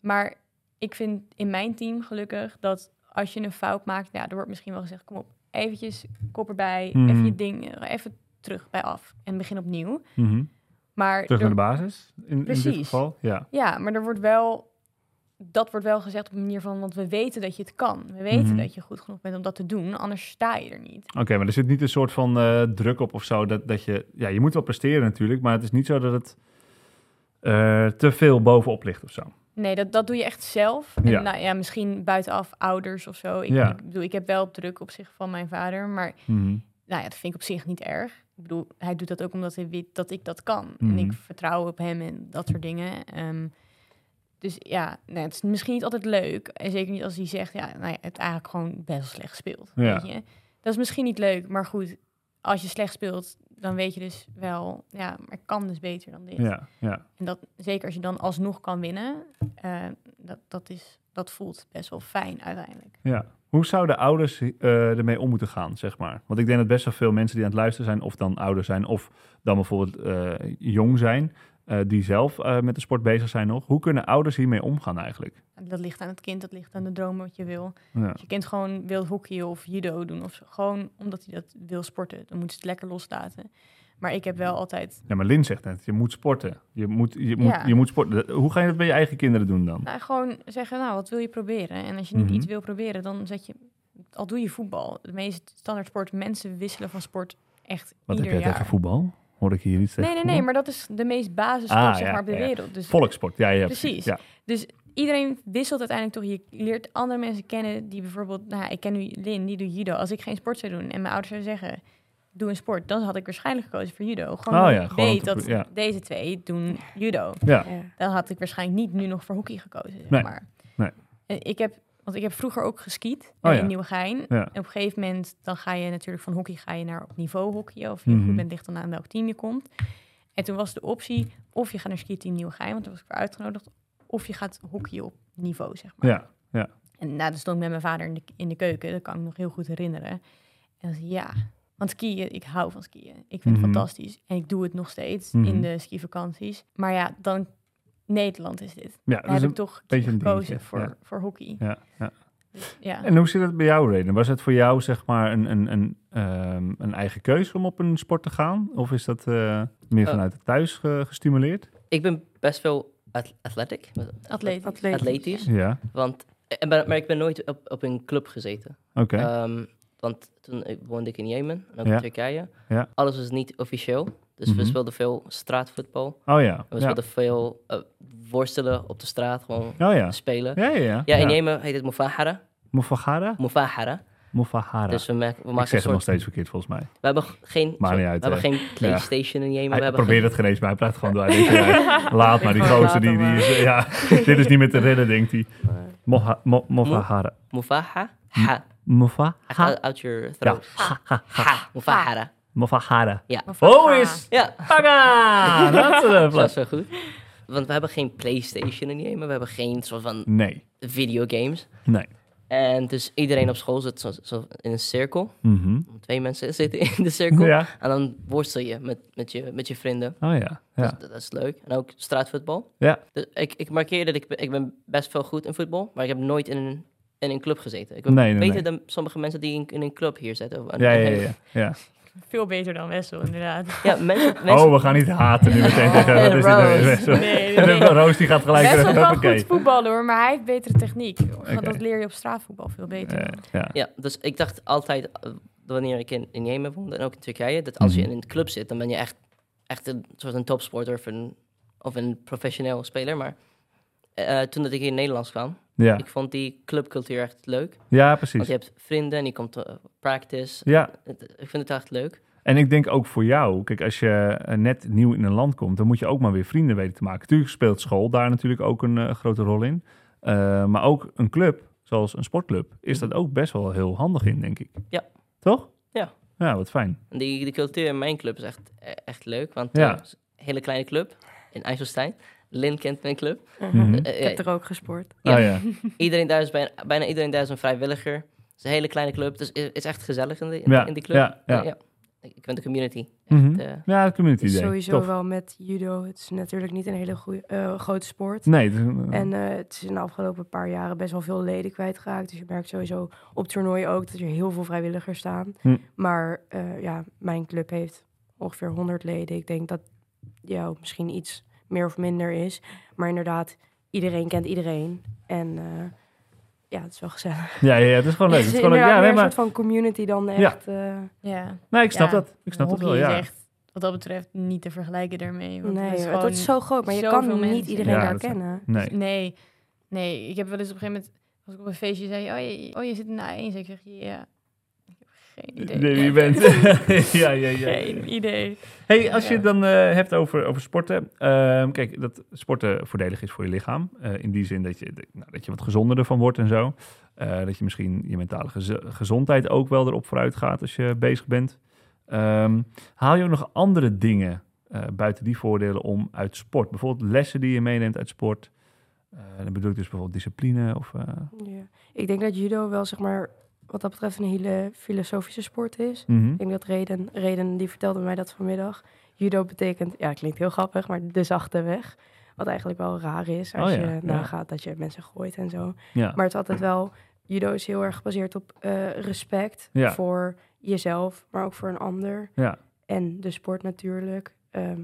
Speaker 3: Maar ik vind in mijn team gelukkig dat als je een fout maakt, nou ja, er wordt misschien wel gezegd: kom op, eventjes kop erbij,
Speaker 1: Mhm.
Speaker 3: even je ding, eh, even terug bij af en begin opnieuw.
Speaker 1: Mhm.
Speaker 3: Maar
Speaker 1: Terug naar de
Speaker 3: er-
Speaker 1: basis in, in dit
Speaker 3: Precies.
Speaker 1: geval. Ja.
Speaker 3: ja, maar er wordt wel dat wordt wel gezegd op een manier van, want we weten dat je het kan. We weten
Speaker 1: Mhm.
Speaker 3: dat je goed genoeg bent om dat te doen, anders sta je er niet.
Speaker 1: Oké, maar er zit niet een soort van eh, druk op of zo. Dat, dat je, ja, je moet wel presteren natuurlijk, maar het is niet zo dat het eh, te veel bovenop ligt of zo.
Speaker 3: Nee, dat, dat doe je echt zelf.
Speaker 1: Ja.
Speaker 3: En, nou ja, misschien buitenaf ouders of zo. Ik,
Speaker 1: Ja.
Speaker 3: ik bedoel, ik heb wel druk op zich van mijn vader, maar
Speaker 1: Mhm.
Speaker 3: nou ja, dat vind ik op zich niet erg. Ik bedoel, hij doet dat ook omdat hij weet dat ik dat kan.
Speaker 1: Mhm.
Speaker 3: En ik vertrouw op hem en dat soort dingen. Ehm, dus ja, nou, het is misschien niet altijd leuk. En zeker niet als hij zegt, ja, nou ja, het eigenlijk gewoon best wel slecht speelt.
Speaker 1: Ja.
Speaker 3: Weet je? Dat is misschien niet leuk, maar goed, als je slecht speelt, dan weet je dus wel, ja, maar ik kan dus beter dan dit.
Speaker 1: Ja, ja.
Speaker 3: En dat, zeker als je dan alsnog kan winnen, eh, dat, dat, is, dat voelt best wel fijn uiteindelijk.
Speaker 1: Ja. Hoe zouden ouders eh, ermee om moeten gaan, zeg maar? Want ik denk dat best wel veel mensen die aan het luisteren zijn, of dan ouder zijn, of dan bijvoorbeeld eh, jong zijn, eh, die zelf eh, met de sport bezig zijn nog. Hoe kunnen ouders hiermee omgaan eigenlijk?
Speaker 3: Dat ligt aan het kind, dat ligt aan de droom wat je wil.
Speaker 1: Ja.
Speaker 3: Als je kind gewoon wil hockeyen of judo doen, of zo, gewoon omdat hij dat wil sporten, dan moet ze het lekker loslaten. Maar ik heb wel altijd,
Speaker 1: ja, maar Lin zegt net, je moet sporten. Je moet, je moet,
Speaker 3: Ja.
Speaker 1: je moet sporten. Hoe ga je dat bij je eigen kinderen doen dan?
Speaker 3: nou, gewoon zeggen, nou, wat wil je proberen? En als je niet
Speaker 1: Mhm.
Speaker 3: iets wil proberen, dan zet je, al doe je voetbal. De meeste standaard sport, mensen wisselen van sport echt
Speaker 1: Wat
Speaker 3: ieder
Speaker 1: heb jij
Speaker 3: jaar.
Speaker 1: tegen voetbal? Hoor ik hier iets tegen
Speaker 3: Nee, nee, nee,
Speaker 1: voetbal?
Speaker 3: maar dat is de meest basissport,
Speaker 1: Ah,
Speaker 3: zeg
Speaker 1: ja,
Speaker 3: maar, op de
Speaker 1: ja, ja.
Speaker 3: wereld. Dus
Speaker 1: Volkssport, ja, ja.
Speaker 3: Precies.
Speaker 1: Ja.
Speaker 3: Dus iedereen wisselt uiteindelijk toch. Je leert andere mensen kennen die bijvoorbeeld... Nou, ik ken nu Lin, die doet judo. Als ik geen sport zou doen en mijn ouders zouden zeggen... Doe een sport, dan had ik waarschijnlijk gekozen voor judo. Gewoon
Speaker 1: Oh
Speaker 3: omdat
Speaker 1: ja,
Speaker 3: ik
Speaker 1: gewoon om
Speaker 3: weet
Speaker 1: te
Speaker 3: dat
Speaker 1: pro- ja.
Speaker 3: deze twee doen judo.
Speaker 1: Ja.
Speaker 2: Ja.
Speaker 3: Dan had ik waarschijnlijk niet nu nog voor hockey gekozen, zeg
Speaker 1: Nee,
Speaker 3: maar.
Speaker 1: nee.
Speaker 3: En Ik heb, want ik heb vroeger ook geskiet
Speaker 1: Oh
Speaker 3: eh,
Speaker 1: ja.
Speaker 3: in Nieuwegein.
Speaker 1: Ja.
Speaker 3: En op een gegeven moment, dan ga je natuurlijk van hockey ga je naar op niveau hockey. Of je
Speaker 1: Mhm.
Speaker 3: goed bent, ligt dan aan welk team je komt. En toen was de optie, of je gaat naar skiteam Nieuwegein, want daar was ik voor uitgenodigd. Of je gaat hockey op niveau, zeg maar.
Speaker 1: Ja.
Speaker 3: En nou, dat stond ik met mijn vader in de, in de keuken. Dat kan ik me nog heel goed herinneren. En dan zei ik, ja, want skiën, ik hou van skiën. Ik
Speaker 1: Mhm.
Speaker 3: vind het fantastisch. En ik doe het nog steeds
Speaker 1: Mhm.
Speaker 3: in de skivakanties. Maar ja, dan Nederland is dit.
Speaker 1: ja
Speaker 3: Daar
Speaker 1: dus
Speaker 3: heb
Speaker 1: een-
Speaker 3: ik toch
Speaker 1: beetje een
Speaker 3: gekozen
Speaker 1: dingetje,
Speaker 3: voor,
Speaker 1: ja.
Speaker 3: voor hockey.
Speaker 1: ja, ja.
Speaker 3: Dus, ja.
Speaker 1: En hoe zit het bij jou, Reden? Was het voor jou zeg maar een, een, een, ehm, een eigen keuze om op een sport te gaan? Of is dat eh, meer
Speaker 4: Eh.
Speaker 1: vanuit het thuis ge- gestimuleerd?
Speaker 4: Ik ben best wel ath- athletic.
Speaker 3: Atletisch.
Speaker 2: Atletisch.
Speaker 4: Atletisch.
Speaker 1: Ja,
Speaker 4: Want, en ben- maar ik ben nooit op, op een club gezeten.
Speaker 1: oké.
Speaker 4: Ehm, want toen eh, woonde ik in Jemen en ook
Speaker 1: Ja.
Speaker 4: in Turkije.
Speaker 1: Ja.
Speaker 4: Alles was niet officieel. Dus
Speaker 1: Mhm.
Speaker 4: we speelden veel straatvoetbal.
Speaker 1: oh ja.
Speaker 4: We
Speaker 1: ja.
Speaker 4: speelden veel eh, worstelen op de straat, gewoon
Speaker 1: Oh ja.
Speaker 4: spelen.
Speaker 1: Ja, ja, ja.
Speaker 4: Ja, in Jemen heet het Mufahara.
Speaker 1: Mufahara?
Speaker 4: Mufahara.
Speaker 1: Mufahara.
Speaker 4: Dus we, maken we
Speaker 1: ik
Speaker 4: maken
Speaker 1: zeg
Speaker 4: een
Speaker 1: het nog
Speaker 4: soort...
Speaker 1: steeds verkeerd volgens mij.
Speaker 4: We hebben g- geen,
Speaker 1: Maakt niet
Speaker 4: we
Speaker 1: uit,
Speaker 4: hebben
Speaker 1: hè.
Speaker 4: geen PlayStation in Jemen. we
Speaker 1: Hij
Speaker 4: hebben
Speaker 1: probeert het geen eens, maar hij praat gewoon door. Hij denkt, ja,
Speaker 4: [laughs]
Speaker 1: laat maar, die
Speaker 2: Gewoon
Speaker 1: gozer, die,
Speaker 2: laat
Speaker 1: die
Speaker 2: hem
Speaker 1: is... eh, Ja, dit is niet meer te redden, denkt hij. Moha- mo- Mufahara.
Speaker 4: geen Mufaha. Ha. Echt
Speaker 1: Mufahara.
Speaker 4: out- Out your
Speaker 1: Ja. [laughs]
Speaker 4: throat. Ha. Mufahara.
Speaker 1: Mufahara.
Speaker 4: Ja.
Speaker 1: Oh, is... [laughs]
Speaker 4: Ja.
Speaker 1: Paga! Dat is een
Speaker 4: [laughs] Dat was
Speaker 1: plaats.
Speaker 4: wel goed. Want we hebben geen PlayStation in Jemen. We hebben geen soort van
Speaker 1: Nee,
Speaker 4: videogames.
Speaker 1: nee.
Speaker 4: En dus iedereen op school zit zo, zo in een cirkel.
Speaker 1: Mhm.
Speaker 4: Twee mensen [laughs] zitten in de cirkel.
Speaker 1: Ja.
Speaker 4: En dan worstel je met, met je met je vrienden. Dus
Speaker 1: Oh ja, ja.
Speaker 4: Dat, dat is leuk. En ook straatvoetbal.
Speaker 1: Ja,
Speaker 4: Dus ik, ik markeer dat ik, ben- ik ben best wel goed in voetbal, maar ik heb nooit in een, in een club gezeten. Ik ben
Speaker 1: Nee, nee,
Speaker 4: beter
Speaker 1: nee.
Speaker 4: dan sommige mensen die in, in een club hier zitten.
Speaker 1: ja, ja, ja. ja, ja.
Speaker 3: Veel beter dan Wessel,
Speaker 1: [laughs]
Speaker 3: inderdaad.
Speaker 4: Ja, mensen, mensen
Speaker 1: Oh, we gaan niet haten nu meteen tegen. Wat is dit nou weer? Sorry.
Speaker 3: Nee, nee, nee.
Speaker 1: Roos die gaat gelijk...
Speaker 3: Wessel kan
Speaker 1: Hoppakee.
Speaker 3: goed voetballen hoor, maar hij heeft betere techniek.
Speaker 1: Oké.
Speaker 3: Dat leer je op straatvoetbal veel beter.
Speaker 1: Eh, ja.
Speaker 4: ja, dus ik dacht altijd, eh, wanneer ik in, in Jemen woonde en ook in Turkije, dat als je
Speaker 1: Mhm.
Speaker 4: in een club zit, dan ben je echt, echt een soort een topsporter of een, of een professioneel speler. Maar eh, toen dat ik hier in Nederland kwam,
Speaker 1: Ja.
Speaker 4: ik vond die clubcultuur echt leuk.
Speaker 1: ja,
Speaker 4: Want je
Speaker 1: precies.
Speaker 4: hebt vrienden en je komt eh, practice.
Speaker 1: Ja,
Speaker 4: Het- Ik vind het echt leuk.
Speaker 1: en ik denk ook voor jou, kijk, als je eh, net nieuw in een land komt, dan moet je ook maar weer vrienden weten te maken. Tuurlijk speelt school daar natuurlijk ook een eh, grote rol in. Eh, maar ook een club, zoals een sportclub, is dat ook best wel heel handig in, denk ik.
Speaker 4: Ja.
Speaker 1: Toch?
Speaker 4: Ja.
Speaker 1: Ja, wat fijn.
Speaker 4: En Die, die cultuur in mijn club is echt, e- echt leuk. Want
Speaker 1: Ja.
Speaker 4: eh, het is een hele kleine club in IJsselstein. Lin kent mijn club.
Speaker 1: Mhm.
Speaker 4: Eh,
Speaker 2: Ik heb
Speaker 4: eh,
Speaker 2: er ook gesport.
Speaker 4: Ja.
Speaker 1: Oh ja.
Speaker 4: iedereen daar is bijna, bijna iedereen daar is een vrijwilliger. Het is een hele kleine club. Dus het is echt gezellig in, de, in,
Speaker 1: Ja,
Speaker 4: in die club.
Speaker 1: ja, ja.
Speaker 4: Ik vind de community.
Speaker 1: Mhm.
Speaker 4: eh,
Speaker 1: Ja, het community
Speaker 2: Het is
Speaker 1: idee.
Speaker 2: sowieso
Speaker 1: Tof.
Speaker 2: wel met judo. Het is natuurlijk niet een hele goeie- eh, grote sport.
Speaker 1: Nee, het is een-
Speaker 2: En eh, het is in de afgelopen paar jaren best wel veel leden kwijtgeraakt. Dus je merkt sowieso op toernooien ook dat er heel veel vrijwilligers staan.
Speaker 1: Hm.
Speaker 2: Maar eh, ja, mijn club heeft ongeveer 100 leden. Ik denk dat ja, misschien iets meer of minder is. Maar inderdaad, iedereen kent iedereen. En eh, ja, het is wel gezellig.
Speaker 1: ja, ja, ja, het is
Speaker 2: [laughs]
Speaker 1: gewoon leuk.
Speaker 2: het
Speaker 1: Het
Speaker 2: is
Speaker 1: is gewoon leuk. Ja,
Speaker 2: inderdaad meer
Speaker 1: nee,
Speaker 2: een
Speaker 1: maar...
Speaker 2: soort van community dan echt. eh,
Speaker 3: Ja.
Speaker 1: Nee, ik snap
Speaker 3: Ja,
Speaker 1: dat. Ik snap dat
Speaker 3: hockey
Speaker 1: wel, ja.
Speaker 3: is echt wat dat betreft niet te vergelijken daarmee. Want
Speaker 2: nee,
Speaker 3: het is
Speaker 2: joh,
Speaker 3: gewoon...
Speaker 2: dat is zo groot, maar je
Speaker 3: zoveel
Speaker 2: kan niet
Speaker 3: mensen.
Speaker 2: iedereen
Speaker 1: Ja,
Speaker 2: daar
Speaker 1: dat-
Speaker 2: kennen.
Speaker 1: Nee.
Speaker 3: Nee, nee. Ik heb wel eens op een gegeven moment, als ik op een feestje zei, oh je, oh, je zit in de A1. Ik zeg, ja, ik heb geen idee.
Speaker 1: Nee,
Speaker 3: [laughs]
Speaker 1: wie bent. [laughs] ja, ja, ja.
Speaker 3: geen idee.
Speaker 1: Hey, als je
Speaker 3: Ja.
Speaker 1: het dan eh, hebt over, over sporten. ehm, kijk, dat sporten voordelig is voor je lichaam. Eh, in die zin dat je, dat- nou, dat je wat gezonder ervan wordt en zo. Eh, dat je misschien je mentale gez- gezondheid ook wel erop vooruit gaat als je bezig bent. Ehm, haal je ook nog andere dingen eh, buiten die voordelen om uit sport? Bijvoorbeeld lessen die je meeneemt uit sport. Eh, dan bedoel ik dus bijvoorbeeld discipline of... eh,
Speaker 2: Ja. Ik denk dat judo wel, zeg maar, wat dat betreft een hele filosofische sport is.
Speaker 1: mhm.
Speaker 2: Ik denk dat Reden, Reden die vertelde mij dat vanmiddag. Judo betekent, ja, klinkt heel grappig, maar de zachte weg. Wat eigenlijk wel raar is als
Speaker 1: Oh ja,
Speaker 2: je
Speaker 1: ja.
Speaker 2: nagaat dat je mensen gooit en zo.
Speaker 1: Ja.
Speaker 2: Maar het is altijd wel, judo is heel erg gebaseerd op eh, respect
Speaker 1: Ja.
Speaker 2: voor jezelf, maar ook voor een ander.
Speaker 1: Ja.
Speaker 2: En de sport natuurlijk. Ehm,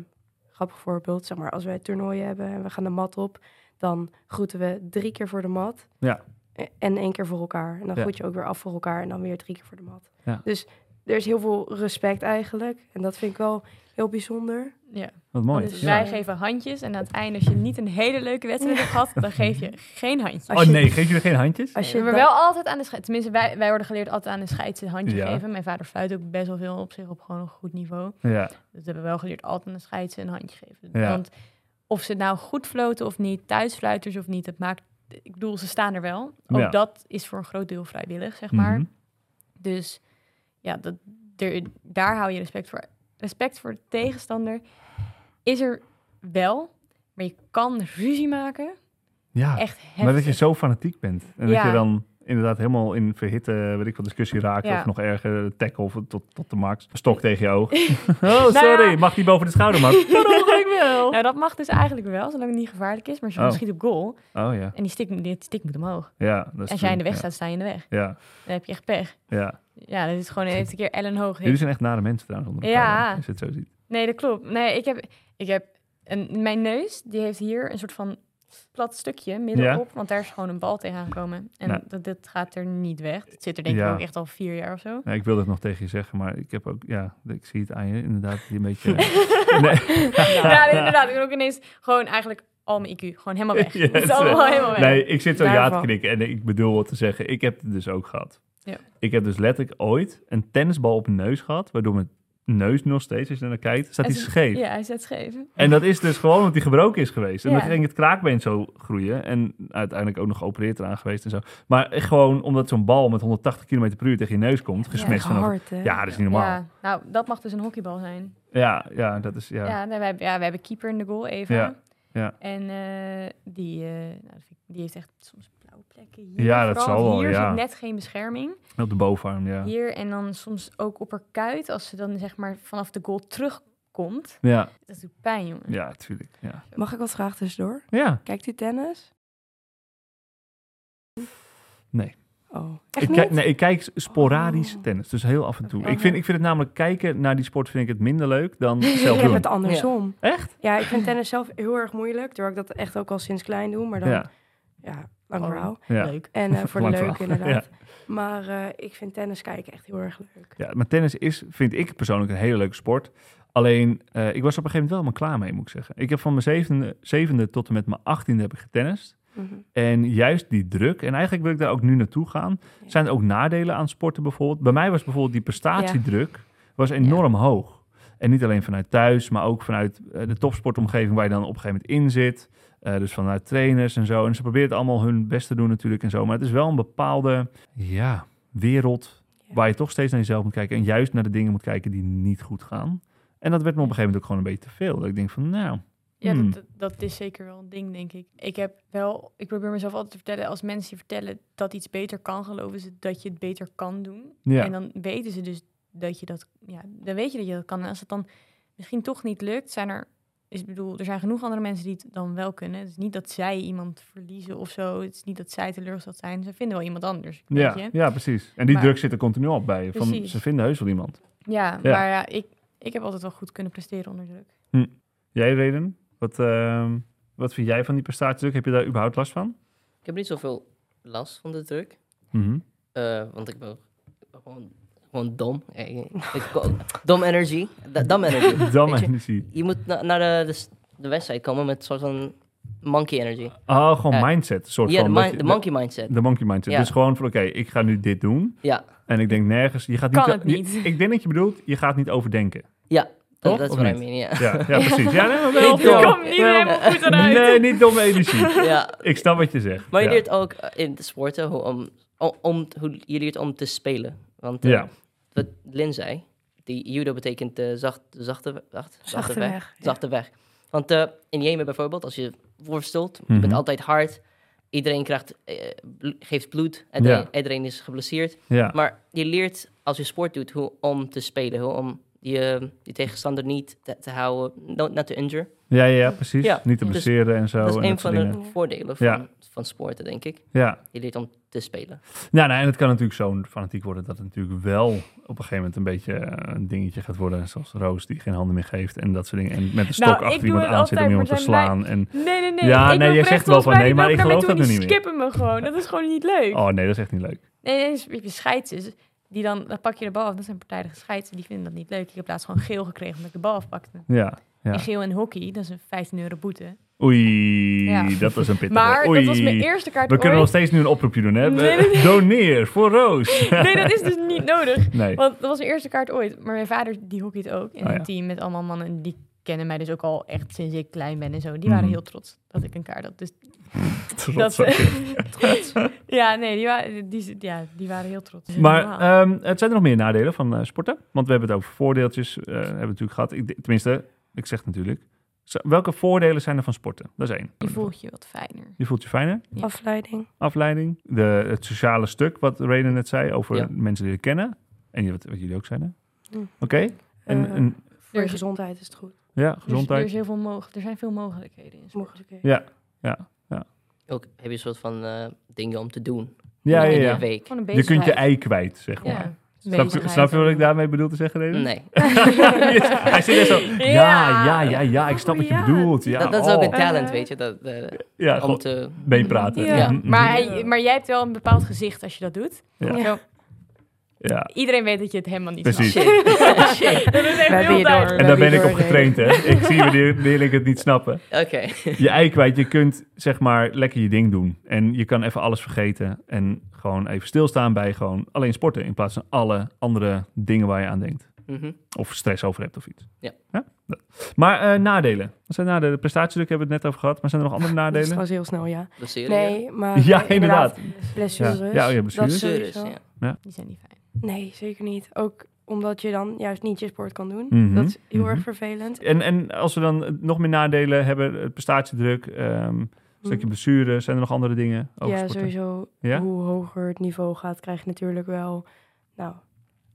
Speaker 2: grappig voorbeeld, zeg maar, als wij toernooien hebben en we gaan de mat op, dan groeten we drie keer voor de mat.
Speaker 1: Ja.
Speaker 2: E- En één keer voor elkaar. En dan
Speaker 1: Ja.
Speaker 2: groet je ook weer af voor elkaar en dan weer drie keer voor de mat.
Speaker 1: Ja.
Speaker 2: Dus er is heel veel respect eigenlijk. En dat vind ik wel heel bijzonder.
Speaker 3: Ja.
Speaker 1: Wat mooi.
Speaker 2: Dus
Speaker 3: Dus
Speaker 1: Ja.
Speaker 3: wij geven handjes en aan het einde, als je niet een hele leuke wedstrijd hebt gehad, dan geef je geen handje.
Speaker 1: Oh
Speaker 2: je-
Speaker 1: nee, geef jullie geen handjes?
Speaker 2: Als je
Speaker 3: Nee, maar
Speaker 2: dat-
Speaker 3: wel altijd aan de scheids. Tenminste, wij, wij worden geleerd altijd aan de scheids een handje
Speaker 1: Ja.
Speaker 3: geven. Mijn vader fluit ook best wel veel op zich op gewoon een goed niveau.
Speaker 1: Ja.
Speaker 3: Dus we hebben wel geleerd altijd aan de scheids een handje geven.
Speaker 1: Ja.
Speaker 3: Want of ze nou goed floten of niet, thuisfluiters of niet, het maakt... Ik bedoel, ze staan er wel. Ook
Speaker 1: Ja.
Speaker 3: dat is voor een groot deel vrijwillig, zeg maar.
Speaker 1: Mhm.
Speaker 3: Dus ja, dat, er, daar hou je respect voor. Respect voor de tegenstander is er wel, maar je kan ruzie maken.
Speaker 1: Ja.
Speaker 3: Echt heftig.
Speaker 1: Maar dat
Speaker 3: [laughs]
Speaker 1: je zo fanatiek bent. En dat
Speaker 3: Ja.
Speaker 1: je dan inderdaad helemaal in verhitte, weet ik wat, discussie raakt.
Speaker 3: Ja.
Speaker 1: Of nog erger, tackle of tot, tot de max. Stok tegen je
Speaker 3: [laughs]
Speaker 1: oog. oh, sorry.
Speaker 3: Nou ja.
Speaker 1: Mag die boven de schouder,
Speaker 3: [laughs]
Speaker 1: man. [laughs]
Speaker 3: wel. Nou, dat mag dus eigenlijk wel, zolang het niet gevaarlijk is. Maar ze
Speaker 1: Oh.
Speaker 3: schiet op goal
Speaker 1: Oh ja.
Speaker 3: en die stick, moet- die stick moet omhoog.
Speaker 1: Ja, dat is
Speaker 3: Als jij in de weg
Speaker 1: true.
Speaker 3: staat, sta je in de weg.
Speaker 1: Ja, ja.
Speaker 3: Dan heb je echt pech.
Speaker 1: ja.
Speaker 3: Ja, dat is gewoon heeft een keer Ellen Hoog.
Speaker 1: Jullie zijn echt nare mensen trouwens. Onder elkaar,
Speaker 3: Ja.
Speaker 1: hè, Als je het zo ziet.
Speaker 3: Nee, dat klopt. Nee, ik heb, ik heb een, mijn neus, die heeft hier een soort van plat stukje middenop, want daar is gewoon een bal tegen aangekomen. En
Speaker 1: Nou.
Speaker 3: dat, dat gaat er niet weg. Het zit er denk
Speaker 1: Ja.
Speaker 3: ik ook echt al vier jaar of
Speaker 1: [laughs]
Speaker 3: zo.
Speaker 1: Nee, ik wilde het nog tegen je zeggen, maar ik heb ook, ja, ik zie het aan je inderdaad. Die een
Speaker 3: [laughs]
Speaker 1: beetje. nee.
Speaker 3: Ja, nee, inderdaad. Ik ben ook ineens gewoon eigenlijk al mijn IQ, gewoon helemaal weg.
Speaker 1: [laughs] Ja,
Speaker 3: het is allemaal
Speaker 1: sorry.
Speaker 3: helemaal weg.
Speaker 1: Nee, ik zit zo ja te
Speaker 2: Daarvan.
Speaker 1: knikken en ik bedoel wat te zeggen. Ik heb het dus ook gehad.
Speaker 3: Ja.
Speaker 1: Ik heb dus letterlijk ooit een tennisbal op mijn neus gehad, waardoor mijn neus nog steeds, als je naar kijkt, staat
Speaker 3: Hij
Speaker 1: die
Speaker 3: is-
Speaker 1: scheef.
Speaker 3: Ja, hij zet scheef.
Speaker 1: En dat is dus gewoon omdat die gebroken is geweest. En dan
Speaker 3: Ja.
Speaker 1: ging het kraakbeen zo groeien. En uiteindelijk ook nog geopereerd eraan geweest en zo. Maar echt gewoon omdat zo'n bal met 180 km per uur tegen je neus komt, gesmet vanaf.
Speaker 2: Hard, hè?
Speaker 1: Ja, dat is niet normaal. Ja,
Speaker 3: Ja, nou, dat mag dus een hockeybal zijn.
Speaker 1: ja, dat is. Ja.
Speaker 3: Ja, nee, we, hebben, ja we hebben keeper in de goal, Eva.
Speaker 1: Ja, ja.
Speaker 3: En eh, die, eh, nou, dat vind ik- die heeft echt soms blauwe plekken hier.
Speaker 1: Ja, dat
Speaker 3: Vooral
Speaker 1: zal wel,
Speaker 3: Hier
Speaker 1: ja.
Speaker 3: zit net geen bescherming.
Speaker 1: Op de bovenarm, ja.
Speaker 3: Hier en dan soms ook op haar kuit. Als ze dan zeg maar vanaf de goal terugkomt.
Speaker 1: Ja,
Speaker 3: Dat doet pijn, jongen.
Speaker 1: ja, tuurlijk. Ja.
Speaker 2: Mag ik wat vragen tussendoor?
Speaker 1: ja.
Speaker 2: Kijkt u tennis?
Speaker 1: Nee.
Speaker 2: Oh, echt
Speaker 1: Ik
Speaker 2: niet?
Speaker 1: kijk, nee, ik kijk sporadisch
Speaker 2: Oh.
Speaker 1: tennis, dus heel af en toe.
Speaker 2: Oké.
Speaker 1: Ik, vind, ik vind het namelijk kijken naar die sport vind ik het minder leuk
Speaker 2: [laughs]
Speaker 1: dan zelf
Speaker 2: Ik heb
Speaker 1: doen.
Speaker 2: het andersom.
Speaker 1: Echt?
Speaker 2: Ja. ik vind tennis zelf heel erg moeilijk, terwijl ik dat echt ook al sinds klein doe. Maar dan, ja,
Speaker 1: Ja,
Speaker 2: lang
Speaker 3: Oh.
Speaker 2: verhaal.
Speaker 1: ja.
Speaker 3: Leuk.
Speaker 1: [laughs]
Speaker 2: En eh, voor de
Speaker 1: Lang
Speaker 2: leuk
Speaker 1: verhaal.
Speaker 2: inderdaad. Maar eh, ik vind tennis kijken echt heel erg leuk.
Speaker 1: ja, maar tennis is, vind ik persoonlijk, een hele leuke sport. Alleen, eh, ik was er op een gegeven moment wel helemaal klaar mee, moet ik zeggen. Ik heb van mijn zevende, zevende tot en met mijn achttiende heb ik getennist.
Speaker 2: Mhm.
Speaker 1: En juist die druk, en eigenlijk wil ik daar ook nu naartoe gaan.
Speaker 2: Ja.
Speaker 1: Zijn er ook nadelen aan sporten bijvoorbeeld? Bij mij was bijvoorbeeld die prestatiedruk was enorm hoog. En niet alleen vanuit thuis, maar ook vanuit eh, de topsportomgeving waar je dan op een gegeven moment in zit. Eh, dus vanuit trainers en zo. En ze proberen allemaal hun best te doen natuurlijk en zo. Maar het is wel een bepaalde ja, wereld
Speaker 2: Ja.
Speaker 1: waar je toch steeds naar jezelf moet kijken. En juist naar de dingen moet kijken die niet goed gaan. En dat werd me op een gegeven moment ook gewoon een beetje te veel. Dat ik denk van, nou,
Speaker 3: Ja,
Speaker 1: Hmm.
Speaker 3: dat, dat is zeker wel een ding, denk ik. Ik heb wel, ik probeer mezelf altijd te vertellen, als mensen je vertellen dat iets beter kan, geloven ze dat je het beter kan doen.
Speaker 1: Ja.
Speaker 3: En dan weten ze dus dat je dat, ja, dan weet je dat je dat kan. En als het dan misschien toch niet lukt, zijn er, is ik bedoel, er zijn genoeg andere mensen die het dan wel kunnen. Het is niet dat zij iemand verliezen of zo. Het is niet dat zij teleurgesteld zijn. Ze vinden wel iemand anders, weet
Speaker 1: ja,
Speaker 3: je.
Speaker 1: ja, precies. En die
Speaker 3: Maar-
Speaker 1: druk zit er continu op bij je. Van,
Speaker 3: Precies.
Speaker 1: ze vinden heus wel iemand.
Speaker 3: Ja,
Speaker 1: Ja.
Speaker 3: maar ja, ik, ik heb altijd wel goed kunnen presteren onder druk.
Speaker 1: Jij, Reden, wat, ehm, wat vind jij van die prestatiedruk? Heb je daar überhaupt last van?
Speaker 4: [laughs] Ik heb niet zoveel last van de druk.
Speaker 1: Mhm.
Speaker 4: eh, want ik ben gewoon gewoon dom. Eh, ik- ko- dom energy. Da- Dam energy.
Speaker 1: Dan
Speaker 4: Weet je?
Speaker 1: energie.
Speaker 4: Je moet na- naar de, de, s- de website komen met een soort van monkey energy.
Speaker 1: Oh, gewoon
Speaker 4: Eh,
Speaker 1: mindset. Soort
Speaker 4: Ja, de,
Speaker 1: van,
Speaker 4: mi-
Speaker 1: dat je-
Speaker 4: de monkey mindset.
Speaker 1: de monkey mindset.
Speaker 4: Ja.
Speaker 1: Dus gewoon van, oké, ik ga nu dit doen.
Speaker 4: Ja,
Speaker 1: En ik denk nergens... Je gaat
Speaker 3: Kan
Speaker 1: niet,
Speaker 3: het niet.
Speaker 1: je- ik denk dat je bedoelt, je gaat niet overdenken. Toch?
Speaker 4: dat dat is
Speaker 1: Of
Speaker 4: wat ik
Speaker 1: niet?
Speaker 4: bedoel. Ja. [laughs]
Speaker 1: Ja, ja precies. Ja, nee, maar wel.
Speaker 4: Niet dom.
Speaker 3: Kom niet helemaal goed eruit.
Speaker 1: Nee, niet domme energie.
Speaker 4: ja.
Speaker 1: Ik snap wat je zegt.
Speaker 4: Maar je
Speaker 1: ja.
Speaker 4: leert ook eh, in de sporten hoe om, om, om- hoe, je leert om te spelen. Want eh,
Speaker 1: Ja.
Speaker 4: wat Lin zei, die judo betekent de zacht, de zachte, zacht, zachte,
Speaker 2: Zachte
Speaker 4: weg.
Speaker 2: weg, ja.
Speaker 4: Zachte weg. Want eh, in Jemen bijvoorbeeld, als je worstelt, je
Speaker 1: Mhm.
Speaker 4: bent altijd hard. Iedereen krijgt, eh, bl- geeft bloed. Iedereen, iedereen is geblesseerd.
Speaker 1: Ja.
Speaker 4: Maar je leert als je sport doet hoe om te spelen. Hoe om je, je tegenstander niet te, te houden, not, not to injure.
Speaker 1: Ja, ja, ja, precies.
Speaker 4: Ja.
Speaker 1: Niet te
Speaker 4: Dus
Speaker 1: blesseren en zo.
Speaker 4: dat is
Speaker 1: en
Speaker 4: een
Speaker 1: dat
Speaker 4: van
Speaker 1: soort
Speaker 4: de
Speaker 1: dingen.
Speaker 4: voordelen van,
Speaker 1: Ja.
Speaker 4: van sporten, denk ik.
Speaker 1: Ja.
Speaker 4: Je leert om te spelen.
Speaker 1: Nou, nou, en het kan natuurlijk zo'n fanatiek worden dat het natuurlijk wel op een gegeven moment een beetje eh, een dingetje gaat worden. Zoals Roos die geen handen meer geeft en dat soort dingen. En met een stok
Speaker 3: Nou, ik
Speaker 1: achter
Speaker 3: doe
Speaker 1: iemand
Speaker 3: het
Speaker 1: aan zit om
Speaker 3: altijd,
Speaker 1: iemand te
Speaker 3: maar zijn
Speaker 1: slaan. En,
Speaker 3: Nee, nee, nee.
Speaker 1: Ja,
Speaker 3: ik
Speaker 1: nee,
Speaker 3: ben
Speaker 1: jij
Speaker 3: oprecht
Speaker 1: zegt wel van
Speaker 3: volgens mij
Speaker 1: nee,
Speaker 3: die
Speaker 1: maar ik
Speaker 3: lopen naar
Speaker 1: geloof
Speaker 3: me toe
Speaker 1: dat
Speaker 3: en
Speaker 1: nu niet
Speaker 3: die skippen me gewoon. Dat is gewoon niet leuk.
Speaker 1: oh nee, dat is echt niet leuk.
Speaker 3: Nee, nee, dus heb je scheidsers. Die dan, dan pak je de bal af. Dat zijn partijdige scheidsers. Die vinden dat niet leuk. Ik heb laatst gewoon geel gekregen omdat ik de bal afpakte.
Speaker 1: Ja.
Speaker 3: En
Speaker 1: ja.
Speaker 3: geel in hockey, dat is een 15 euro boete.
Speaker 1: Oei,
Speaker 3: Ja.
Speaker 1: dat was een pittige.
Speaker 3: Maar
Speaker 1: Oei.
Speaker 3: dat was mijn eerste kaart
Speaker 1: We kunnen nog
Speaker 3: ooit.
Speaker 1: steeds nu een oproepje doen, hè? We-
Speaker 3: Nee, nee, nee.
Speaker 1: Doneer voor Roos.
Speaker 3: [laughs] Nee, dat is dus niet nodig.
Speaker 1: Nee.
Speaker 3: Want dat was mijn eerste kaart ooit. Maar mijn vader, die hockeyt ook. In
Speaker 1: Oh, ja.
Speaker 3: een team met allemaal mannen. Die kennen mij dus ook al echt sinds ik klein ben en zo. Die waren
Speaker 1: Mhm.
Speaker 3: heel trots dat ik een kaart had. Dus
Speaker 1: Trots op je.
Speaker 3: [laughs] trots. Ja, nee, die, waren die, ja, die waren heel trots.
Speaker 1: Maar
Speaker 3: Normaal.
Speaker 1: ehm, het zijn er nog meer nadelen van eh, sporten? Want we hebben het over voordeeltjes, eh, hebben we natuurlijk gehad. Ik, tenminste, ik zeg het natuurlijk. Zo- welke voordelen zijn er van sporten? Dat is één.
Speaker 3: je voelt je wat fijner.
Speaker 1: Je voelt je fijner.
Speaker 3: Ja.
Speaker 2: Afleiding.
Speaker 1: Afleiding. De, het sociale stuk, wat Reden net zei, over
Speaker 4: Ja.
Speaker 1: mensen leren kennen. En je- wat, wat jullie ook zeiden.
Speaker 2: Hm.
Speaker 3: Mm.
Speaker 1: Oké. En,
Speaker 2: Eh,
Speaker 1: en-
Speaker 2: Voor je
Speaker 3: Dus-
Speaker 2: gezondheid is het goed.
Speaker 1: ja,
Speaker 3: Er, is- er,
Speaker 1: gezondheid.
Speaker 3: is heel veel mogelijk, er zijn veel mogelijkheden in sport.
Speaker 2: Mogelijkheden.
Speaker 1: Ja. [laughs]
Speaker 4: Ook heb je een soort van eh, dingen om te doen
Speaker 1: Ja, ja,
Speaker 4: in
Speaker 1: ja.
Speaker 4: de week.
Speaker 3: Gewoon een
Speaker 1: Je kunt je
Speaker 3: dus- bezigheid.
Speaker 1: ei kwijt, zeg maar.
Speaker 3: Ja.
Speaker 1: Snap, je-
Speaker 3: bezigheid.
Speaker 1: snap je wat ik daarmee bedoel te zeggen, Reden? [laughs]
Speaker 4: Nee,
Speaker 1: Hij zit er
Speaker 2: [laughs] Dus
Speaker 1: zo. Ja, ja, ja, ja. Ik snap wat je
Speaker 2: Ja.
Speaker 1: bedoelt. Ja,
Speaker 4: dat, dat is ook een
Speaker 1: oh.
Speaker 4: talent,
Speaker 2: Eh.
Speaker 4: weet je. Dat, eh,
Speaker 1: Ja,
Speaker 4: om
Speaker 1: gewoon
Speaker 4: te...
Speaker 1: meepraten.
Speaker 2: Ja.
Speaker 1: Mhm, mhm.
Speaker 3: Maar, hij- maar jij hebt wel een bepaald gezicht als je dat doet.
Speaker 1: Ja.
Speaker 3: Zo,
Speaker 1: ja.
Speaker 3: iedereen weet dat je het helemaal niet
Speaker 1: Precies.
Speaker 3: snapt. [laughs]
Speaker 4: Shit.
Speaker 3: Dat is echt
Speaker 2: We hebben
Speaker 3: heel
Speaker 2: je door.
Speaker 3: duidelijk.
Speaker 1: En daar ben ik
Speaker 2: Door
Speaker 1: op getraind, hè. Ik zie wanneer, wanneer ik het niet snappen.
Speaker 4: Oké.
Speaker 1: Je ei kwijt, je kunt zeg maar lekker je ding doen. En je kan even alles vergeten. En gewoon even stilstaan bij gewoon alleen sporten. In plaats van alle andere dingen waar je aan denkt.
Speaker 4: Mhm.
Speaker 1: Of stress over hebt of iets.
Speaker 4: Ja.
Speaker 1: Dat. Maar eh, nadelen. Wat zijn nadelen? Prestatiedruk hebben we het net over gehad. Maar zijn er nog andere
Speaker 2: [laughs] Dat is
Speaker 1: nadelen?
Speaker 2: trouwens heel snel, ja.
Speaker 4: Blessure,
Speaker 2: Nee, maar...
Speaker 1: [laughs] Ja,
Speaker 2: eh,
Speaker 1: inderdaad.
Speaker 2: Blessures.
Speaker 1: Ja. Ja, oh ja, blessures.
Speaker 2: Dat
Speaker 4: Blessures,
Speaker 2: sowieso.
Speaker 4: ja.
Speaker 3: Die zijn niet fijn.
Speaker 2: Nee, zeker niet. Ook omdat je dan juist niet je sport kan doen.
Speaker 1: Mhm.
Speaker 2: Dat is heel
Speaker 1: Mhm.
Speaker 2: erg vervelend.
Speaker 1: En, en als we dan nog meer nadelen hebben, eh, prestatiedruk, ehm, een stukje blessure, zijn er nog andere dingen? Over
Speaker 2: Mhm. Ja,
Speaker 1: sporten?
Speaker 2: sowieso.
Speaker 1: Ja?
Speaker 2: Hoe hoger het niveau gaat, krijg je natuurlijk wel nou,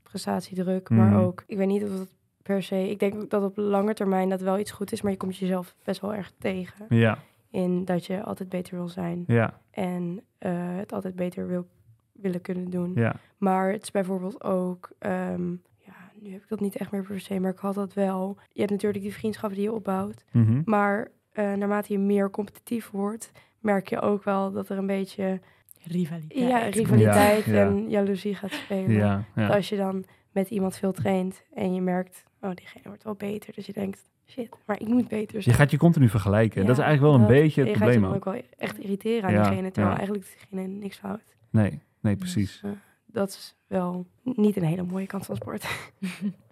Speaker 2: prestatiedruk. Maar
Speaker 1: Mhm.
Speaker 2: ook, ik weet niet of dat per se... Ik denk dat op lange termijn dat wel iets goed is. Maar je komt jezelf best wel erg tegen.
Speaker 1: Ja,
Speaker 2: In dat je altijd beter wil zijn.
Speaker 1: ja,
Speaker 2: En eh, het altijd beter wil, willen kunnen doen.
Speaker 1: ja.
Speaker 2: Maar het is bijvoorbeeld ook... ehm, ja, nu heb ik dat niet echt meer per se, maar ik had dat wel. Je hebt natuurlijk die vriendschappen die je opbouwt.
Speaker 1: Mhm.
Speaker 2: Maar eh, naarmate je meer competitief wordt, merk je ook wel dat er een beetje
Speaker 3: Rivaliteit.
Speaker 2: ja, rivaliteit
Speaker 1: Ja, ja.
Speaker 2: en jaloezie gaat spelen.
Speaker 1: Ja, ja.
Speaker 2: Want Als je dan met iemand veel traint en je merkt, oh, diegene wordt wel beter. Dus je denkt, shit, maar ik moet beter
Speaker 1: Je
Speaker 2: zijn.
Speaker 1: gaat je continu vergelijken.
Speaker 2: Ja,
Speaker 1: dat is eigenlijk wel een
Speaker 2: dat-
Speaker 1: beetje
Speaker 2: je
Speaker 1: het
Speaker 2: gaat je
Speaker 1: probleem
Speaker 2: dan
Speaker 1: ook.
Speaker 2: ook wel echt irriteren aan
Speaker 1: Ja,
Speaker 2: diegene, terwijl
Speaker 1: ja.
Speaker 2: eigenlijk diegene niks fout.
Speaker 1: Nee, nee, precies.
Speaker 2: Dus, eh, dat is wel niet een hele mooie kant van sport.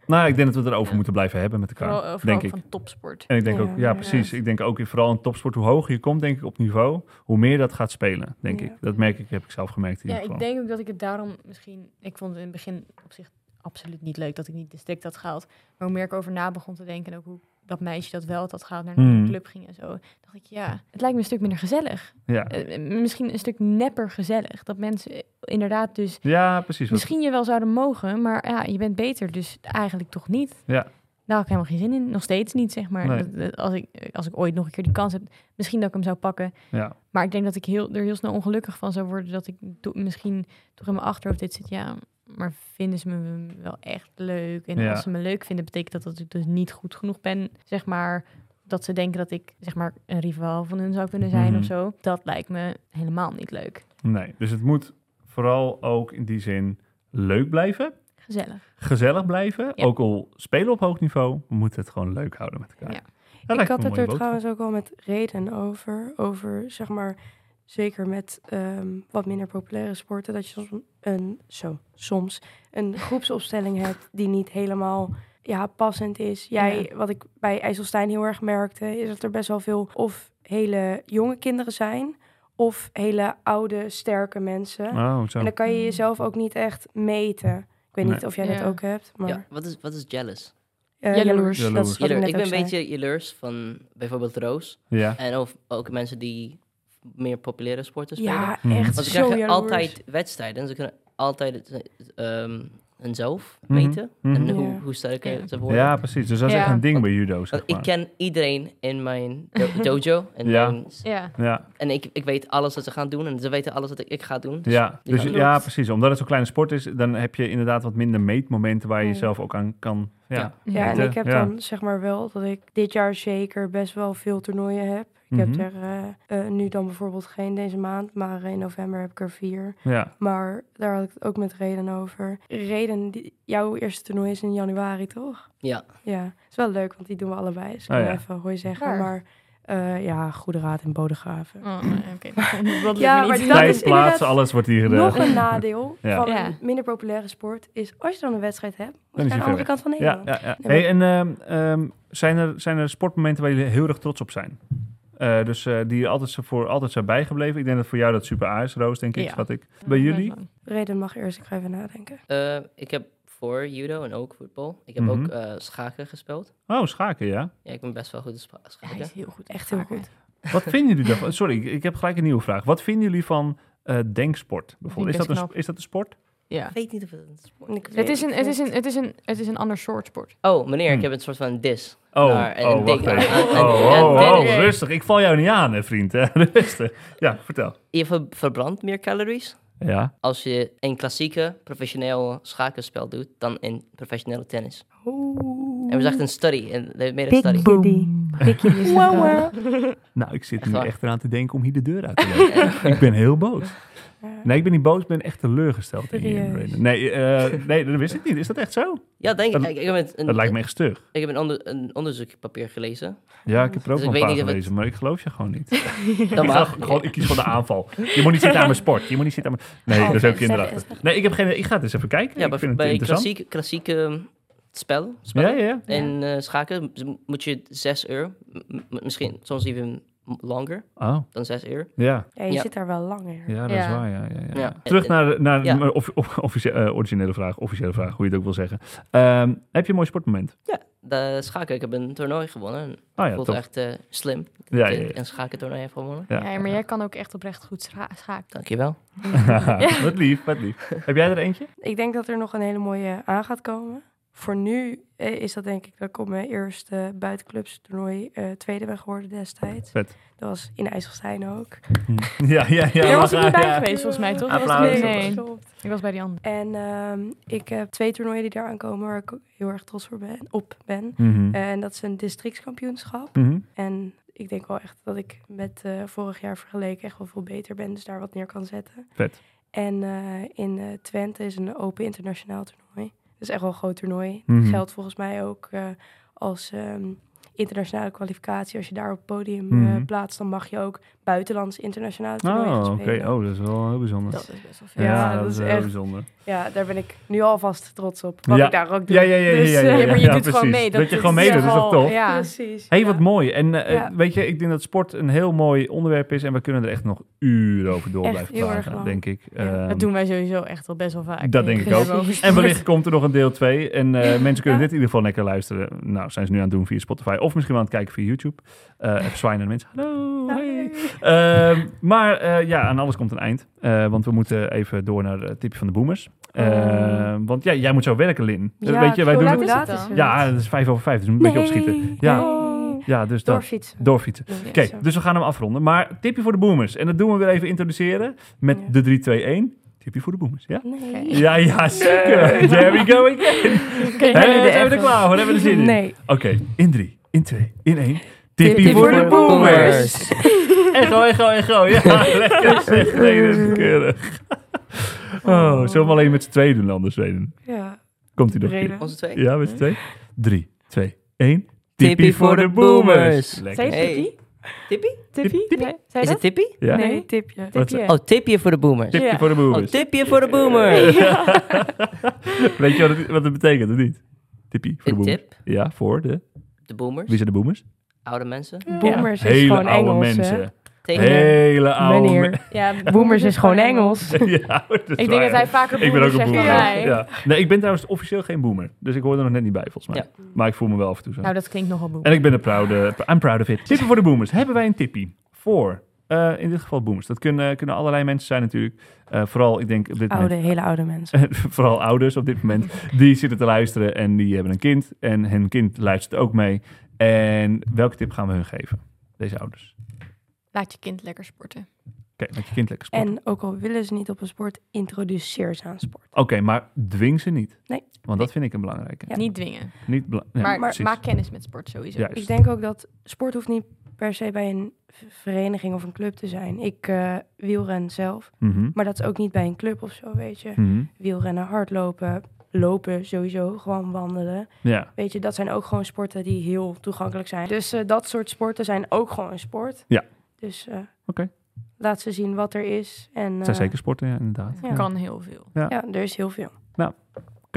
Speaker 1: Nou, ik denk dat we het erover moeten blijven hebben met elkaar,
Speaker 3: Vooral, eh, vooral
Speaker 1: denk
Speaker 3: ook
Speaker 1: ik.
Speaker 3: van topsport.
Speaker 1: En ik denk
Speaker 2: Ja,
Speaker 1: ook, ja,
Speaker 2: ja.
Speaker 1: precies. Ik denk ook in- vooral in topsport, hoe hoger je komt, denk ik, op niveau, hoe meer dat gaat spelen, denk
Speaker 2: Ja.
Speaker 1: ik. Dat merk ik, heb ik zelf gemerkt in
Speaker 3: Ja,
Speaker 1: ieder
Speaker 3: ik
Speaker 1: geval.
Speaker 3: denk ook dat ik het daarom misschien... Ik vond het in het begin op zich absoluut niet leuk dat ik niet district had gehaald. Maar hoe meer ik over na begon te denken en ook hoe dat meisje dat wel had gehaald naar een
Speaker 1: Hmm.
Speaker 3: andere club ging en zo. Dacht ik, ja, het lijkt me een stuk minder gezellig.
Speaker 1: Ja,
Speaker 3: Eh, eh, misschien een stuk nepper gezellig. Dat mensen eh, inderdaad dus
Speaker 1: ja precies. Wat,
Speaker 3: misschien je wel zouden mogen, maar ja, je bent beter, dus eigenlijk toch niet.
Speaker 1: Ja.
Speaker 3: Daar had ik helemaal geen zin in. Nog steeds niet, zeg maar.
Speaker 1: Nee.
Speaker 3: Dat- dat- als, ik, als ik ooit nog een keer die kans heb, misschien dat ik hem zou pakken.
Speaker 1: ja.
Speaker 3: Maar ik denk dat ik heel, er heel snel ongelukkig van zou worden. Dat ik to- misschien toch in mijn achterhoofd dit zit. Ja, maar vinden ze me wel echt leuk? En
Speaker 1: Ja.
Speaker 3: als ze me leuk vinden, betekent dat dat ik dus niet goed genoeg ben. Zeg maar dat ze denken dat ik zeg maar een rival van hun zou kunnen zijn
Speaker 1: Mhm.
Speaker 3: of zo. Dat lijkt me helemaal niet leuk.
Speaker 1: Nee, dus het moet vooral ook in die zin leuk blijven.
Speaker 3: Gezellig.
Speaker 1: Gezellig blijven.
Speaker 3: Ja.
Speaker 1: Ook al spelen op hoog niveau, we moeten het gewoon leuk houden met elkaar.
Speaker 3: Ja.
Speaker 1: Dat
Speaker 2: ik
Speaker 1: lijkt me
Speaker 2: had
Speaker 1: een
Speaker 2: het
Speaker 1: mooie
Speaker 2: er
Speaker 1: boodschap.
Speaker 2: trouwens ook al met reden over. Over zeg maar, zeker met ehm, wat minder populaire sporten, dat je soms een, zo, soms
Speaker 1: [laughs]
Speaker 2: een groepsopstelling hebt die niet helemaal ja, passend is. Jij, wat ik bij IJsselstein heel erg merkte, is dat er best wel veel of hele jonge kinderen zijn, of hele oude, sterke mensen.
Speaker 1: Oh, zo.
Speaker 2: En dan kan je jezelf ook niet echt meten. Ik weet
Speaker 1: Nee.
Speaker 2: niet of jij dat
Speaker 3: Ja.
Speaker 2: ook hebt, maar
Speaker 4: Ja, wat is, wat is jealous?
Speaker 2: eh,
Speaker 3: Jaloers.
Speaker 2: Dat
Speaker 1: Jaloers.
Speaker 2: is wat ik,
Speaker 4: Jaloer-
Speaker 2: net
Speaker 4: ik ben
Speaker 2: ook
Speaker 4: een
Speaker 2: zei.
Speaker 4: beetje jaloers van bijvoorbeeld Roos.
Speaker 1: Ja.
Speaker 4: En of ook mensen die meer populaire sporten spelen.
Speaker 2: Ja,
Speaker 1: Hmm.
Speaker 2: echt
Speaker 4: Want ze
Speaker 2: zo
Speaker 4: krijgen
Speaker 2: jaloers.
Speaker 4: altijd wedstrijden. Ze kunnen altijd het, ehm, hunzelf
Speaker 1: Mhm,
Speaker 4: meten.
Speaker 1: mhm.
Speaker 4: En hoe,
Speaker 2: Ja.
Speaker 4: hoe sterk
Speaker 3: Ja.
Speaker 4: ze worden.
Speaker 1: ja, precies. Dus dat is
Speaker 3: Ja.
Speaker 1: echt een ding
Speaker 4: Want-
Speaker 1: bij judo,
Speaker 4: Want
Speaker 1: zeg
Speaker 4: ik
Speaker 1: maar.
Speaker 4: ken iedereen in mijn do- dojo. En,
Speaker 1: Ja.
Speaker 4: mijn-
Speaker 3: Ja.
Speaker 1: Ja,
Speaker 4: en ik, ik weet alles wat ze gaan doen. En ze weten alles wat ik, ik ga doen. Dus
Speaker 1: ja.
Speaker 4: die
Speaker 1: Dus,
Speaker 4: gaan-
Speaker 1: ja, precies. Omdat het zo'n kleine sport is, dan heb je inderdaad wat minder meetmomenten waar je
Speaker 2: Ja.
Speaker 1: jezelf ook aan kan... Ja,
Speaker 4: Ja.
Speaker 2: Ja, en
Speaker 1: Weet,
Speaker 2: ik
Speaker 1: hè?
Speaker 2: heb
Speaker 1: Ja.
Speaker 2: dan zeg maar wel dat ik dit jaar zeker best wel veel toernooien heb. Ik
Speaker 1: Mhm.
Speaker 2: heb er eh, eh, nu dan bijvoorbeeld geen deze maand, maar in november heb ik er vier.
Speaker 1: ja.
Speaker 2: Maar daar had ik het ook met Reden over. Reden, die, jouw eerste toernooi is in januari, toch?
Speaker 4: Ja.
Speaker 2: Ja, is wel leuk, want die doen we allebei. Dus ik
Speaker 1: Oh,
Speaker 2: kan
Speaker 1: ja.
Speaker 2: even hooi zeggen.
Speaker 3: Waar?
Speaker 2: Maar eh, ja, Goede Raad in Bodegraven.
Speaker 3: Oh, nee, [laughs] oké. Dat lukt
Speaker 2: Ja,
Speaker 3: me
Speaker 2: maar
Speaker 3: niet.
Speaker 2: dat
Speaker 1: Tijd,
Speaker 2: is
Speaker 1: plaats,
Speaker 2: inderdaad
Speaker 1: alles wordt hier eh, gedaan. [laughs]
Speaker 2: Nog een nadeel
Speaker 1: Ja.
Speaker 2: van
Speaker 3: Ja.
Speaker 2: een minder populaire sport is als je dan een wedstrijd hebt,
Speaker 1: Dan
Speaker 2: moet je
Speaker 1: is
Speaker 2: naar de
Speaker 1: hij
Speaker 2: andere kant van
Speaker 1: Ja,
Speaker 2: Nederland.
Speaker 1: ja, ja.
Speaker 2: Nee,
Speaker 1: Hey, en ehm, ehm, zijn, er, zijn er sportmomenten waar jullie heel erg trots op zijn? Eh, dus eh, die je altijd, zo- voor altijd zijn bijgebleven. Ik denk dat voor jou dat super A is, Roos, denk ik,
Speaker 3: Ja.
Speaker 1: schat ik. Bij jullie?
Speaker 2: Reden mag eerst, ik ga even nadenken.
Speaker 4: eh, ik heb voor judo en ook voetbal. Ik heb
Speaker 1: Mhm.
Speaker 4: ook eh, schaken gespeeld.
Speaker 1: Oh, schaken, ja.
Speaker 4: Ja, ik ben best wel goed in spa-
Speaker 3: Ja, hij
Speaker 4: schaken.
Speaker 3: is heel goed.
Speaker 2: Echt heel goed.
Speaker 1: Wat vinden jullie daarvan? Sorry, ik, ik heb gelijk een nieuwe vraag. Wat vinden jullie van eh, denksport bijvoorbeeld? Is
Speaker 3: Vind ik
Speaker 1: dat,
Speaker 3: best
Speaker 1: een, is dat een sport?
Speaker 3: Ja.
Speaker 4: Ik weet niet of het een sport
Speaker 2: Ik
Speaker 4: is.
Speaker 2: weet-
Speaker 3: Het is, een, het, is een, het, is een, het is een ander soort sport.
Speaker 4: Oh, meneer,
Speaker 1: Hmm.
Speaker 4: ik heb een soort van dis.
Speaker 1: Oh,
Speaker 4: Daar, en
Speaker 1: oh wacht
Speaker 4: denk-
Speaker 1: even.
Speaker 4: [laughs] en-
Speaker 1: Oh,
Speaker 4: en-
Speaker 1: oh,
Speaker 4: en-
Speaker 1: oh,
Speaker 4: en-
Speaker 1: oh, rustig. Ik val jou niet aan, hè, vriend. Hè? [laughs] Rustig. Ja, vertel.
Speaker 4: Je ver- verbrandt meer calories
Speaker 1: Ja.
Speaker 4: als je een klassieke professioneel schakenspel doet dan in professionele tennis. Er was echt een study, en they made a study.
Speaker 2: Kitty. Wow, wow.
Speaker 1: Nou, ik zit
Speaker 4: Echt
Speaker 1: nu
Speaker 4: waar.
Speaker 1: echt eraan te denken om hier de deur uit te
Speaker 4: [laughs]
Speaker 1: lopen. ik ben heel boos. Nee, ik ben niet boos. Ik ben echt teleurgesteld in je.
Speaker 2: Serieus?
Speaker 1: Brandon. Nee, eh, nee, dat wist ik niet. Is dat echt zo?
Speaker 4: Ja, denk ik.
Speaker 1: Dat-
Speaker 4: Ik heb het- een,
Speaker 1: Dat lijkt me echt stug.
Speaker 4: ik heb een, onder, een
Speaker 1: [laughs]
Speaker 4: onderzoekpapier gelezen.
Speaker 1: Ja, ik heb er ook nog
Speaker 4: Dus ik
Speaker 1: een paar
Speaker 4: weet niet of het-
Speaker 1: gelezen, maar ik geloof je gewoon niet.
Speaker 4: Dat
Speaker 1: Ik, ga
Speaker 4: mag.
Speaker 1: gewoon, ik kies voor de aanval. Je moet niet zitten aan mijn sport. Je moet niet zitten aan mijn... Nee, dat is ook kinderachtig. Nee, ik, heb geen, ik ga het eens even kijken.
Speaker 4: Oh, Ja,
Speaker 1: ik
Speaker 4: bij,
Speaker 1: vind het
Speaker 4: bij
Speaker 1: interessant.
Speaker 4: klassiek, klassieke ehm, spel, spel
Speaker 1: Ja, ja, ja.
Speaker 4: en eh, schaken z- moet je 6 uur, m- m- misschien soms even m- langer
Speaker 1: Oh,
Speaker 4: dan 6 uur.
Speaker 1: ja.
Speaker 2: Ja, je
Speaker 4: Ja.
Speaker 2: zit daar wel langer.
Speaker 1: Ja, dat is
Speaker 3: Ja.
Speaker 1: waar. Ja, ja, ja.
Speaker 4: Ja.
Speaker 1: Terug naar, naar
Speaker 4: Ja.
Speaker 1: mijn of, of- officie- eh, originele vraag, officiële vraag, hoe je het ook wil zeggen. Ehm, heb je een mooi sportmoment?
Speaker 4: De schaken, ik heb een toernooi gewonnen. en
Speaker 1: Oh ja,
Speaker 4: voelt
Speaker 1: toch.
Speaker 4: echt eh, slim dat
Speaker 1: Ja,
Speaker 4: ik
Speaker 1: ja, ja.
Speaker 4: een schakentoernooi heb gewonnen.
Speaker 1: Ja.
Speaker 3: Ja, maar jij kan ook echt oprecht goed scha- schaken.
Speaker 4: Dankjewel.
Speaker 1: [laughs] wat lief, wat lief. Heb jij er eentje?
Speaker 2: Ik denk dat er nog een hele mooie aan gaat komen. Voor nu eh, is dat denk ik dat ik op mijn eerste buitenclubs toernooi eh, tweede ben geworden
Speaker 1: [laughs]
Speaker 2: destijds.
Speaker 1: Vet.
Speaker 2: Dat was in IJsselstein ook.
Speaker 1: Ja, ja, ja.
Speaker 3: Daar was ik
Speaker 1: ja,
Speaker 3: niet bij
Speaker 1: ja.
Speaker 3: geweest, volgens mij, toch?
Speaker 1: Applaus.
Speaker 3: Was het-
Speaker 1: Nee.
Speaker 3: nee, ik was bij die andere.
Speaker 2: En ehm, ik heb twee toernooien die daar aankomen waar ik ook heel erg trots voor ben, op ben.
Speaker 3: Eh,
Speaker 1: Mhm.
Speaker 2: En dat is een districtskampioenschap.
Speaker 1: Mhm.
Speaker 2: En ik denk wel echt dat ik met eh, vorig jaar vergeleken echt wel veel beter ben. Dus daar wat neer kan zetten.
Speaker 1: Vet.
Speaker 2: En eh, in eh, Twente is een open internationaal toernooi. Dat is echt wel een groot toernooi.
Speaker 1: Mhm.
Speaker 2: Geldt volgens mij ook eh, als ehm, internationale kwalificatie. Als je daar op het podium eh,
Speaker 1: Mhm.
Speaker 2: plaatst, dan mag je ook buitenlands internationale toernooien
Speaker 1: Oh,
Speaker 2: gaan
Speaker 1: oké.
Speaker 2: spelen.
Speaker 1: Oh, dat is wel heel bijzonder.
Speaker 3: Dat is best
Speaker 1: ja,
Speaker 3: wel veel.
Speaker 2: Ja,
Speaker 1: dat,
Speaker 2: dat
Speaker 1: is
Speaker 2: is
Speaker 1: heel
Speaker 2: echt-
Speaker 1: bijzonder.
Speaker 2: Ja, daar ben ik nu alvast trots op. Wat
Speaker 1: Ja.
Speaker 2: ik daar ook doe.
Speaker 1: Ja, ja, ja, ja,
Speaker 2: Dus,
Speaker 1: ja, ja,
Speaker 2: [laughs] eh,
Speaker 3: Ja, maar je
Speaker 1: Ja,
Speaker 3: doet gewoon
Speaker 1: precies.
Speaker 3: mee.
Speaker 1: Dat je gewoon meedoet, is
Speaker 3: wel-
Speaker 1: toch tof?
Speaker 3: Ja.
Speaker 2: Precies.
Speaker 1: Hé, hey,
Speaker 2: ja.
Speaker 1: wat mooi. En eh,
Speaker 2: Ja.
Speaker 1: weet je, ik denk dat sport een heel mooi onderwerp is. En we kunnen er echt nog uren over door
Speaker 2: Echt
Speaker 1: blijven
Speaker 2: heel erg
Speaker 1: praten,
Speaker 2: lang.
Speaker 1: denk ik.
Speaker 2: Ja,
Speaker 1: Ehm,
Speaker 3: Dat doen wij sowieso echt wel best wel vaak.
Speaker 1: Dat denk ik ook. [laughs] En wellicht
Speaker 3: [laughs]
Speaker 1: komt er nog een deel 2. En eh, mensen kunnen
Speaker 2: Ja.
Speaker 1: dit in ieder geval lekker luisteren. Nou, zijn ze nu aan het doen via Spotify. Of misschien wel aan het kijken via YouTube. Eh even zwaaien naar de mensen. Hallo, hey. Ehm, maar eh, ja, aan alles komt een eind. Eh, want we moeten even door naar het tipje van de boomers. Eh,
Speaker 3: Oh.
Speaker 1: want ja, jij moet zo werken, Lin.
Speaker 2: Ja,
Speaker 1: Weet je, wij
Speaker 2: hoe
Speaker 1: doen
Speaker 2: laat
Speaker 1: het...
Speaker 3: het-
Speaker 2: is het?
Speaker 1: Ja, het is vijf over vijf, dus we moeten een beetje opschieten. Ja. Ja, dus dat.
Speaker 2: Doorfietsen.
Speaker 1: Doorfietsen.
Speaker 2: Ja,
Speaker 1: Oké,
Speaker 2: zo.
Speaker 1: dus we gaan hem afronden. Maar tipje voor de boomers. En dat doen we weer even introduceren met
Speaker 2: Ja.
Speaker 1: de 3, 2, 1. Tipje voor de boomers, ja?
Speaker 2: Nee.
Speaker 1: Ja, ja, zeker. There we go again. Hey, zijn we er klaar voor? Hebben we er zin in?
Speaker 2: Nee.
Speaker 1: Oké, in drie, in twee, in één. Tippie voor de boomers. Echo, echo, echo. Ja, lekker zeg. Nee, dat is keurig. Oh, zullen we hem alleen met z'n tweeën doen anders, Reden?
Speaker 2: Ja.
Speaker 1: Komt hij nog? een
Speaker 3: Reden.
Speaker 1: keer?
Speaker 4: Onze twee.
Speaker 1: Ja, met z'n twee. Drie, twee, één.
Speaker 4: Tippie voor de boomers.
Speaker 1: Lekker.
Speaker 3: Zei je
Speaker 4: Hey.
Speaker 3: Tippy?
Speaker 4: Tippie?
Speaker 3: Tippy?
Speaker 1: Tippy.
Speaker 3: Nee, Zei
Speaker 4: Is
Speaker 3: je
Speaker 4: het
Speaker 3: dat?
Speaker 4: tippie?
Speaker 1: Ja,
Speaker 3: Nee.
Speaker 2: Nee, tipje.
Speaker 1: Wat
Speaker 3: Tippy,
Speaker 1: ze-
Speaker 3: hè?
Speaker 4: Oh, tipje voor de boomers.
Speaker 1: tipje
Speaker 3: Ja.
Speaker 1: voor de
Speaker 4: Oh,
Speaker 1: boomers.
Speaker 4: tipje voor de boomers.
Speaker 1: Eh, [laughs] Weet je wat het, wat het betekent of niet? Tippie voor de
Speaker 4: Een
Speaker 1: boomers.
Speaker 4: tip?
Speaker 1: Ja, voor de...
Speaker 4: De boomers?
Speaker 1: Wie zijn de boomers?
Speaker 4: Oude mensen?
Speaker 2: Boomers is
Speaker 1: Hele
Speaker 2: gewoon
Speaker 1: oude
Speaker 2: Engels, hè?
Speaker 1: mensen.
Speaker 4: Tegen
Speaker 1: Hele oude
Speaker 2: Meneer.
Speaker 1: mensen.
Speaker 3: Ja,
Speaker 2: [laughs] Boomers is gewoon
Speaker 1: [laughs]
Speaker 2: Engels.
Speaker 1: Ja, dat is
Speaker 3: Ik
Speaker 1: waar,
Speaker 3: denk dat
Speaker 1: ja.
Speaker 3: hij vaker
Speaker 1: Ik ben ook
Speaker 3: boomers
Speaker 1: een boomer.
Speaker 3: zegt dan
Speaker 2: Ja.
Speaker 1: Ja.
Speaker 3: wij.
Speaker 1: Nee, ik ben trouwens officieel geen boomer. Dus ik hoor er nog net niet bij, volgens mij. Maar ik voel me wel af en toe zo.
Speaker 3: Nou, dat klinkt nogal boem.
Speaker 1: En ik ben er proud, eh, I'm proud of it. Tippen voor de boomers. Hebben wij een tippie voor, eh, in dit geval boomers. Dat kunnen, kunnen allerlei mensen zijn natuurlijk. Eh, vooral, ik denk op dit
Speaker 2: Oude, hele oude mensen.
Speaker 1: moment... [laughs] vooral ouders op dit moment. Die zitten te luisteren en die hebben een kind. En hun kind luistert ook mee. En welke tip gaan we hun geven? Deze ouders.
Speaker 3: Laat je kind lekker sporten.
Speaker 1: Oké, laat je kind lekker sporten.
Speaker 2: En ook al willen ze niet op een sport, introduceer ze aan sport.
Speaker 1: Oké, maar dwing ze niet.
Speaker 2: Nee.
Speaker 1: Want dat vind ik een belangrijke.
Speaker 2: Ja.
Speaker 3: Niet dwingen.
Speaker 1: Niet bela- ja,
Speaker 3: maar
Speaker 1: precies.
Speaker 3: maak kennis met sport sowieso. Dus
Speaker 1: Juist.
Speaker 2: Ik denk ook dat sport hoeft niet per se bij een v- vereniging of een club te zijn. Ik eh, wielren zelf,
Speaker 1: Mhm,
Speaker 2: maar dat is ook niet bij een club of zo, weet je.
Speaker 1: mhm.
Speaker 2: Wielrennen, hardlopen, lopen sowieso, gewoon wandelen.
Speaker 1: Ja.
Speaker 2: Weet je, dat zijn ook gewoon sporten die heel toegankelijk zijn. Dus eh, dat soort sporten zijn ook gewoon een sport.
Speaker 1: Ja.
Speaker 2: Dus eh,
Speaker 1: Oké.
Speaker 2: laat ze zien wat er is. En,
Speaker 1: Het zijn
Speaker 2: eh,
Speaker 1: zeker sporten, ja, inderdaad.
Speaker 2: Ja.
Speaker 1: Ja. Oké,
Speaker 3: Kan heel veel.
Speaker 2: Ja, er is heel veel.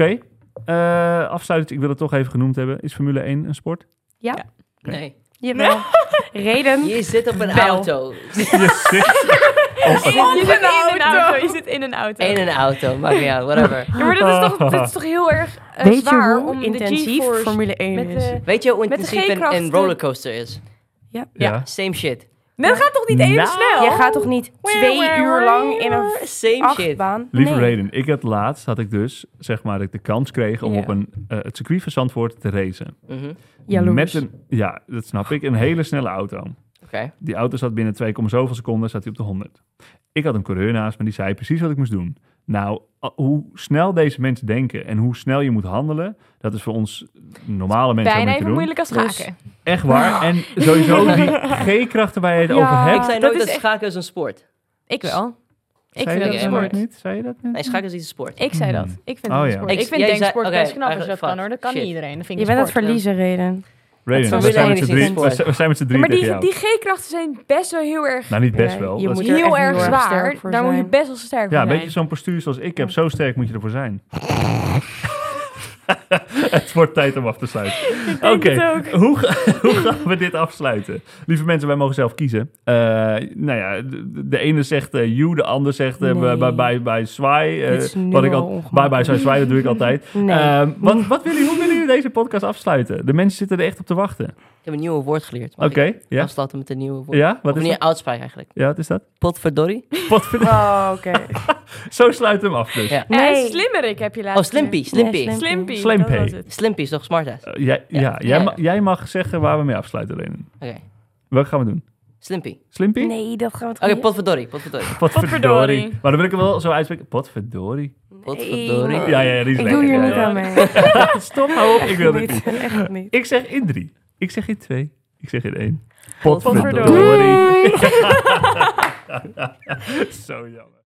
Speaker 1: eh, afsluitend, ik wil het toch even genoemd hebben. Is Formule 1 een sport?
Speaker 4: Nee.
Speaker 2: Jawel. Reden.
Speaker 4: Je zit op een
Speaker 3: Bel.
Speaker 4: auto.
Speaker 1: [laughs] Yes,
Speaker 3: je, zit in een
Speaker 2: auto.
Speaker 3: auto. je zit in een auto.
Speaker 4: In een auto, maakt niet uit, whatever.
Speaker 3: Ja, maar dat is toch, dat is toch heel erg eh,
Speaker 2: Weet je
Speaker 3: zwaar
Speaker 2: hoe
Speaker 3: om
Speaker 2: intensief
Speaker 3: de G-force
Speaker 2: Formule 1
Speaker 3: met
Speaker 2: is?
Speaker 3: de...
Speaker 4: Weet je hoe
Speaker 3: Met de
Speaker 4: intensief een,
Speaker 3: G-krachten.
Speaker 4: een rollercoaster is?
Speaker 1: ja.
Speaker 4: Same shit.
Speaker 3: Nee, dat gaat toch niet even
Speaker 1: Nou.
Speaker 3: snel?
Speaker 2: Jij gaat toch niet twee uur lang in een
Speaker 4: Same shit.
Speaker 2: achtbaan?
Speaker 1: Lieve
Speaker 2: Nee.
Speaker 1: Reden, ik had laatst, had ik dus, zeg maar, dat ik de kans kreeg om
Speaker 3: Ja.
Speaker 1: op een, eh, het circuit van Zandvoort te racen.
Speaker 4: Mhm.
Speaker 1: Met
Speaker 2: Jaloers.
Speaker 1: een, ja, dat snap ik, een hele snelle auto.
Speaker 4: Oké.
Speaker 1: Die auto zat binnen 2, zoveel seconden zat hij op de 100. Ik had een coureur naast me die zei precies wat ik moest doen. Nou, a- hoe snel deze mensen denken en hoe snel je moet handelen, dat is voor ons normale mensen ook
Speaker 3: Bijna
Speaker 1: niet te
Speaker 3: even
Speaker 1: doen.
Speaker 3: moeilijk als
Speaker 2: Dus-
Speaker 3: schaken.
Speaker 1: Echt waar. En sowieso die G-krachten waar je het
Speaker 2: Ja.
Speaker 1: over
Speaker 4: Ik
Speaker 1: hebt.
Speaker 4: zei
Speaker 3: Ah, dat
Speaker 4: nooit
Speaker 3: is
Speaker 4: dat
Speaker 3: echt-
Speaker 4: schaken is een sport.
Speaker 3: Ik wel. Ik
Speaker 1: zei
Speaker 3: vind
Speaker 1: je
Speaker 3: het
Speaker 1: dat
Speaker 3: een
Speaker 4: ook
Speaker 1: helemaal
Speaker 3: sport.
Speaker 1: niet? Zei je dat niet?
Speaker 4: Nee, schaken is niet een sport.
Speaker 3: Ik zei dat.
Speaker 1: Hmm.
Speaker 3: Ik
Speaker 1: Oh,
Speaker 3: vind het een
Speaker 1: ja.
Speaker 3: sport.
Speaker 4: Ik-
Speaker 3: Ik, vind
Speaker 4: jij
Speaker 3: denksport
Speaker 4: zei-
Speaker 3: best
Speaker 4: oké,
Speaker 3: knap als
Speaker 4: I
Speaker 3: dat
Speaker 4: got
Speaker 3: kan hoor. Dat kan
Speaker 4: fucked.
Speaker 3: niet iedereen. Dat vind
Speaker 2: Je
Speaker 3: ik een
Speaker 2: bent aan het
Speaker 3: sport.
Speaker 2: verliezen, Reden.
Speaker 1: Raiden,
Speaker 4: Dat
Speaker 1: we
Speaker 4: is
Speaker 1: zijn met
Speaker 4: Formule
Speaker 1: z'n
Speaker 4: 1 is
Speaker 1: drie.
Speaker 4: een
Speaker 1: We
Speaker 4: sport.
Speaker 1: zijn- we zijn met z'n
Speaker 3: Ja,
Speaker 1: drie
Speaker 3: maar
Speaker 1: tegen
Speaker 3: die,
Speaker 1: jou.
Speaker 3: die G-krachten zijn best wel heel erg,
Speaker 1: Nou, niet best
Speaker 2: Ja,
Speaker 1: wel.
Speaker 2: je
Speaker 1: Dat is-
Speaker 2: moet er echt
Speaker 3: heel erg
Speaker 2: heel erg
Speaker 3: zwaar.
Speaker 2: sterk voor
Speaker 3: Daar moet je
Speaker 2: zijn.
Speaker 3: best wel sterk
Speaker 1: Ja,
Speaker 3: voor
Speaker 1: een
Speaker 3: zijn.
Speaker 1: beetje zo'n postuur zoals ik heb. Zo sterk moet je ervoor zijn. [laughs] het wordt tijd om af te sluiten. Oké, hoe, ga- [laughs] hoe gaan we dit afsluiten? Lieve mensen, wij mogen zelf kiezen. Eh, nou ja, de, de ene zegt eh you, de ander zegt eh,
Speaker 2: Nee.
Speaker 1: bye bye bye zwaai. eh,
Speaker 2: Dit is nu
Speaker 1: wat ik
Speaker 2: al
Speaker 1: al, bye bye zwaai, zwaai, dat doe ik altijd.
Speaker 2: [laughs] Nee.
Speaker 1: Ehm, wat, wat willen, hoe willen jullie deze podcast afsluiten? De mensen zitten er echt op te wachten.
Speaker 4: Ik heb een nieuw woord geleerd.
Speaker 2: Oh,
Speaker 1: Oké,
Speaker 4: Mag ik
Speaker 1: ja.
Speaker 4: Afsluiten met een nieuw woord.
Speaker 1: Ja, wat
Speaker 4: Of
Speaker 1: is
Speaker 4: een
Speaker 1: dat?
Speaker 4: nieuwe uitspraak eigenlijk.
Speaker 1: Ja, wat is dat? [laughs]
Speaker 4: Potverdorie.
Speaker 1: Potverdorie.
Speaker 2: Oh, oké.
Speaker 1: Zo sluit hem af dus.
Speaker 4: Ja.
Speaker 2: [laughs] Nee.
Speaker 3: En slimmerik heb je laatst.
Speaker 4: Oh, Slimpy. Slimpy.
Speaker 2: Nee,
Speaker 3: Slimpy.
Speaker 1: Slimpy.
Speaker 3: dat was het.
Speaker 4: Slimpy is toch smart ass?
Speaker 1: Eh, jij, ja,
Speaker 4: Ja.
Speaker 1: Jij,
Speaker 4: Ja.
Speaker 1: ma- jij mag zeggen waar we mee afsluiten, Lenin.
Speaker 4: Oké.
Speaker 1: Welke gaan we doen?
Speaker 4: Slimpy.
Speaker 1: Slimpy?
Speaker 2: Nee, dat gaan we toch
Speaker 3: Oh,
Speaker 4: Oké,
Speaker 2: niet-
Speaker 4: potverdorie. Potverdorie.
Speaker 1: Potverdorie.
Speaker 3: Potverdorie.
Speaker 1: Maar dan wil ik hem wel zo uitspreken. Potverdorie.
Speaker 4: Potverdorie.
Speaker 1: Ja, ja, die is
Speaker 2: Ik
Speaker 1: lekker.
Speaker 2: doe hier
Speaker 1: Ja,
Speaker 2: niet
Speaker 1: ja.
Speaker 2: aan mee.
Speaker 1: [laughs] Stop, hou op. Ik wil dit niet.
Speaker 2: Echt niet.
Speaker 1: Ik zeg in drie. Ik zeg in twee. Ik zeg in één.
Speaker 4: Potverdorie.
Speaker 1: Potverdorie. zo jammer.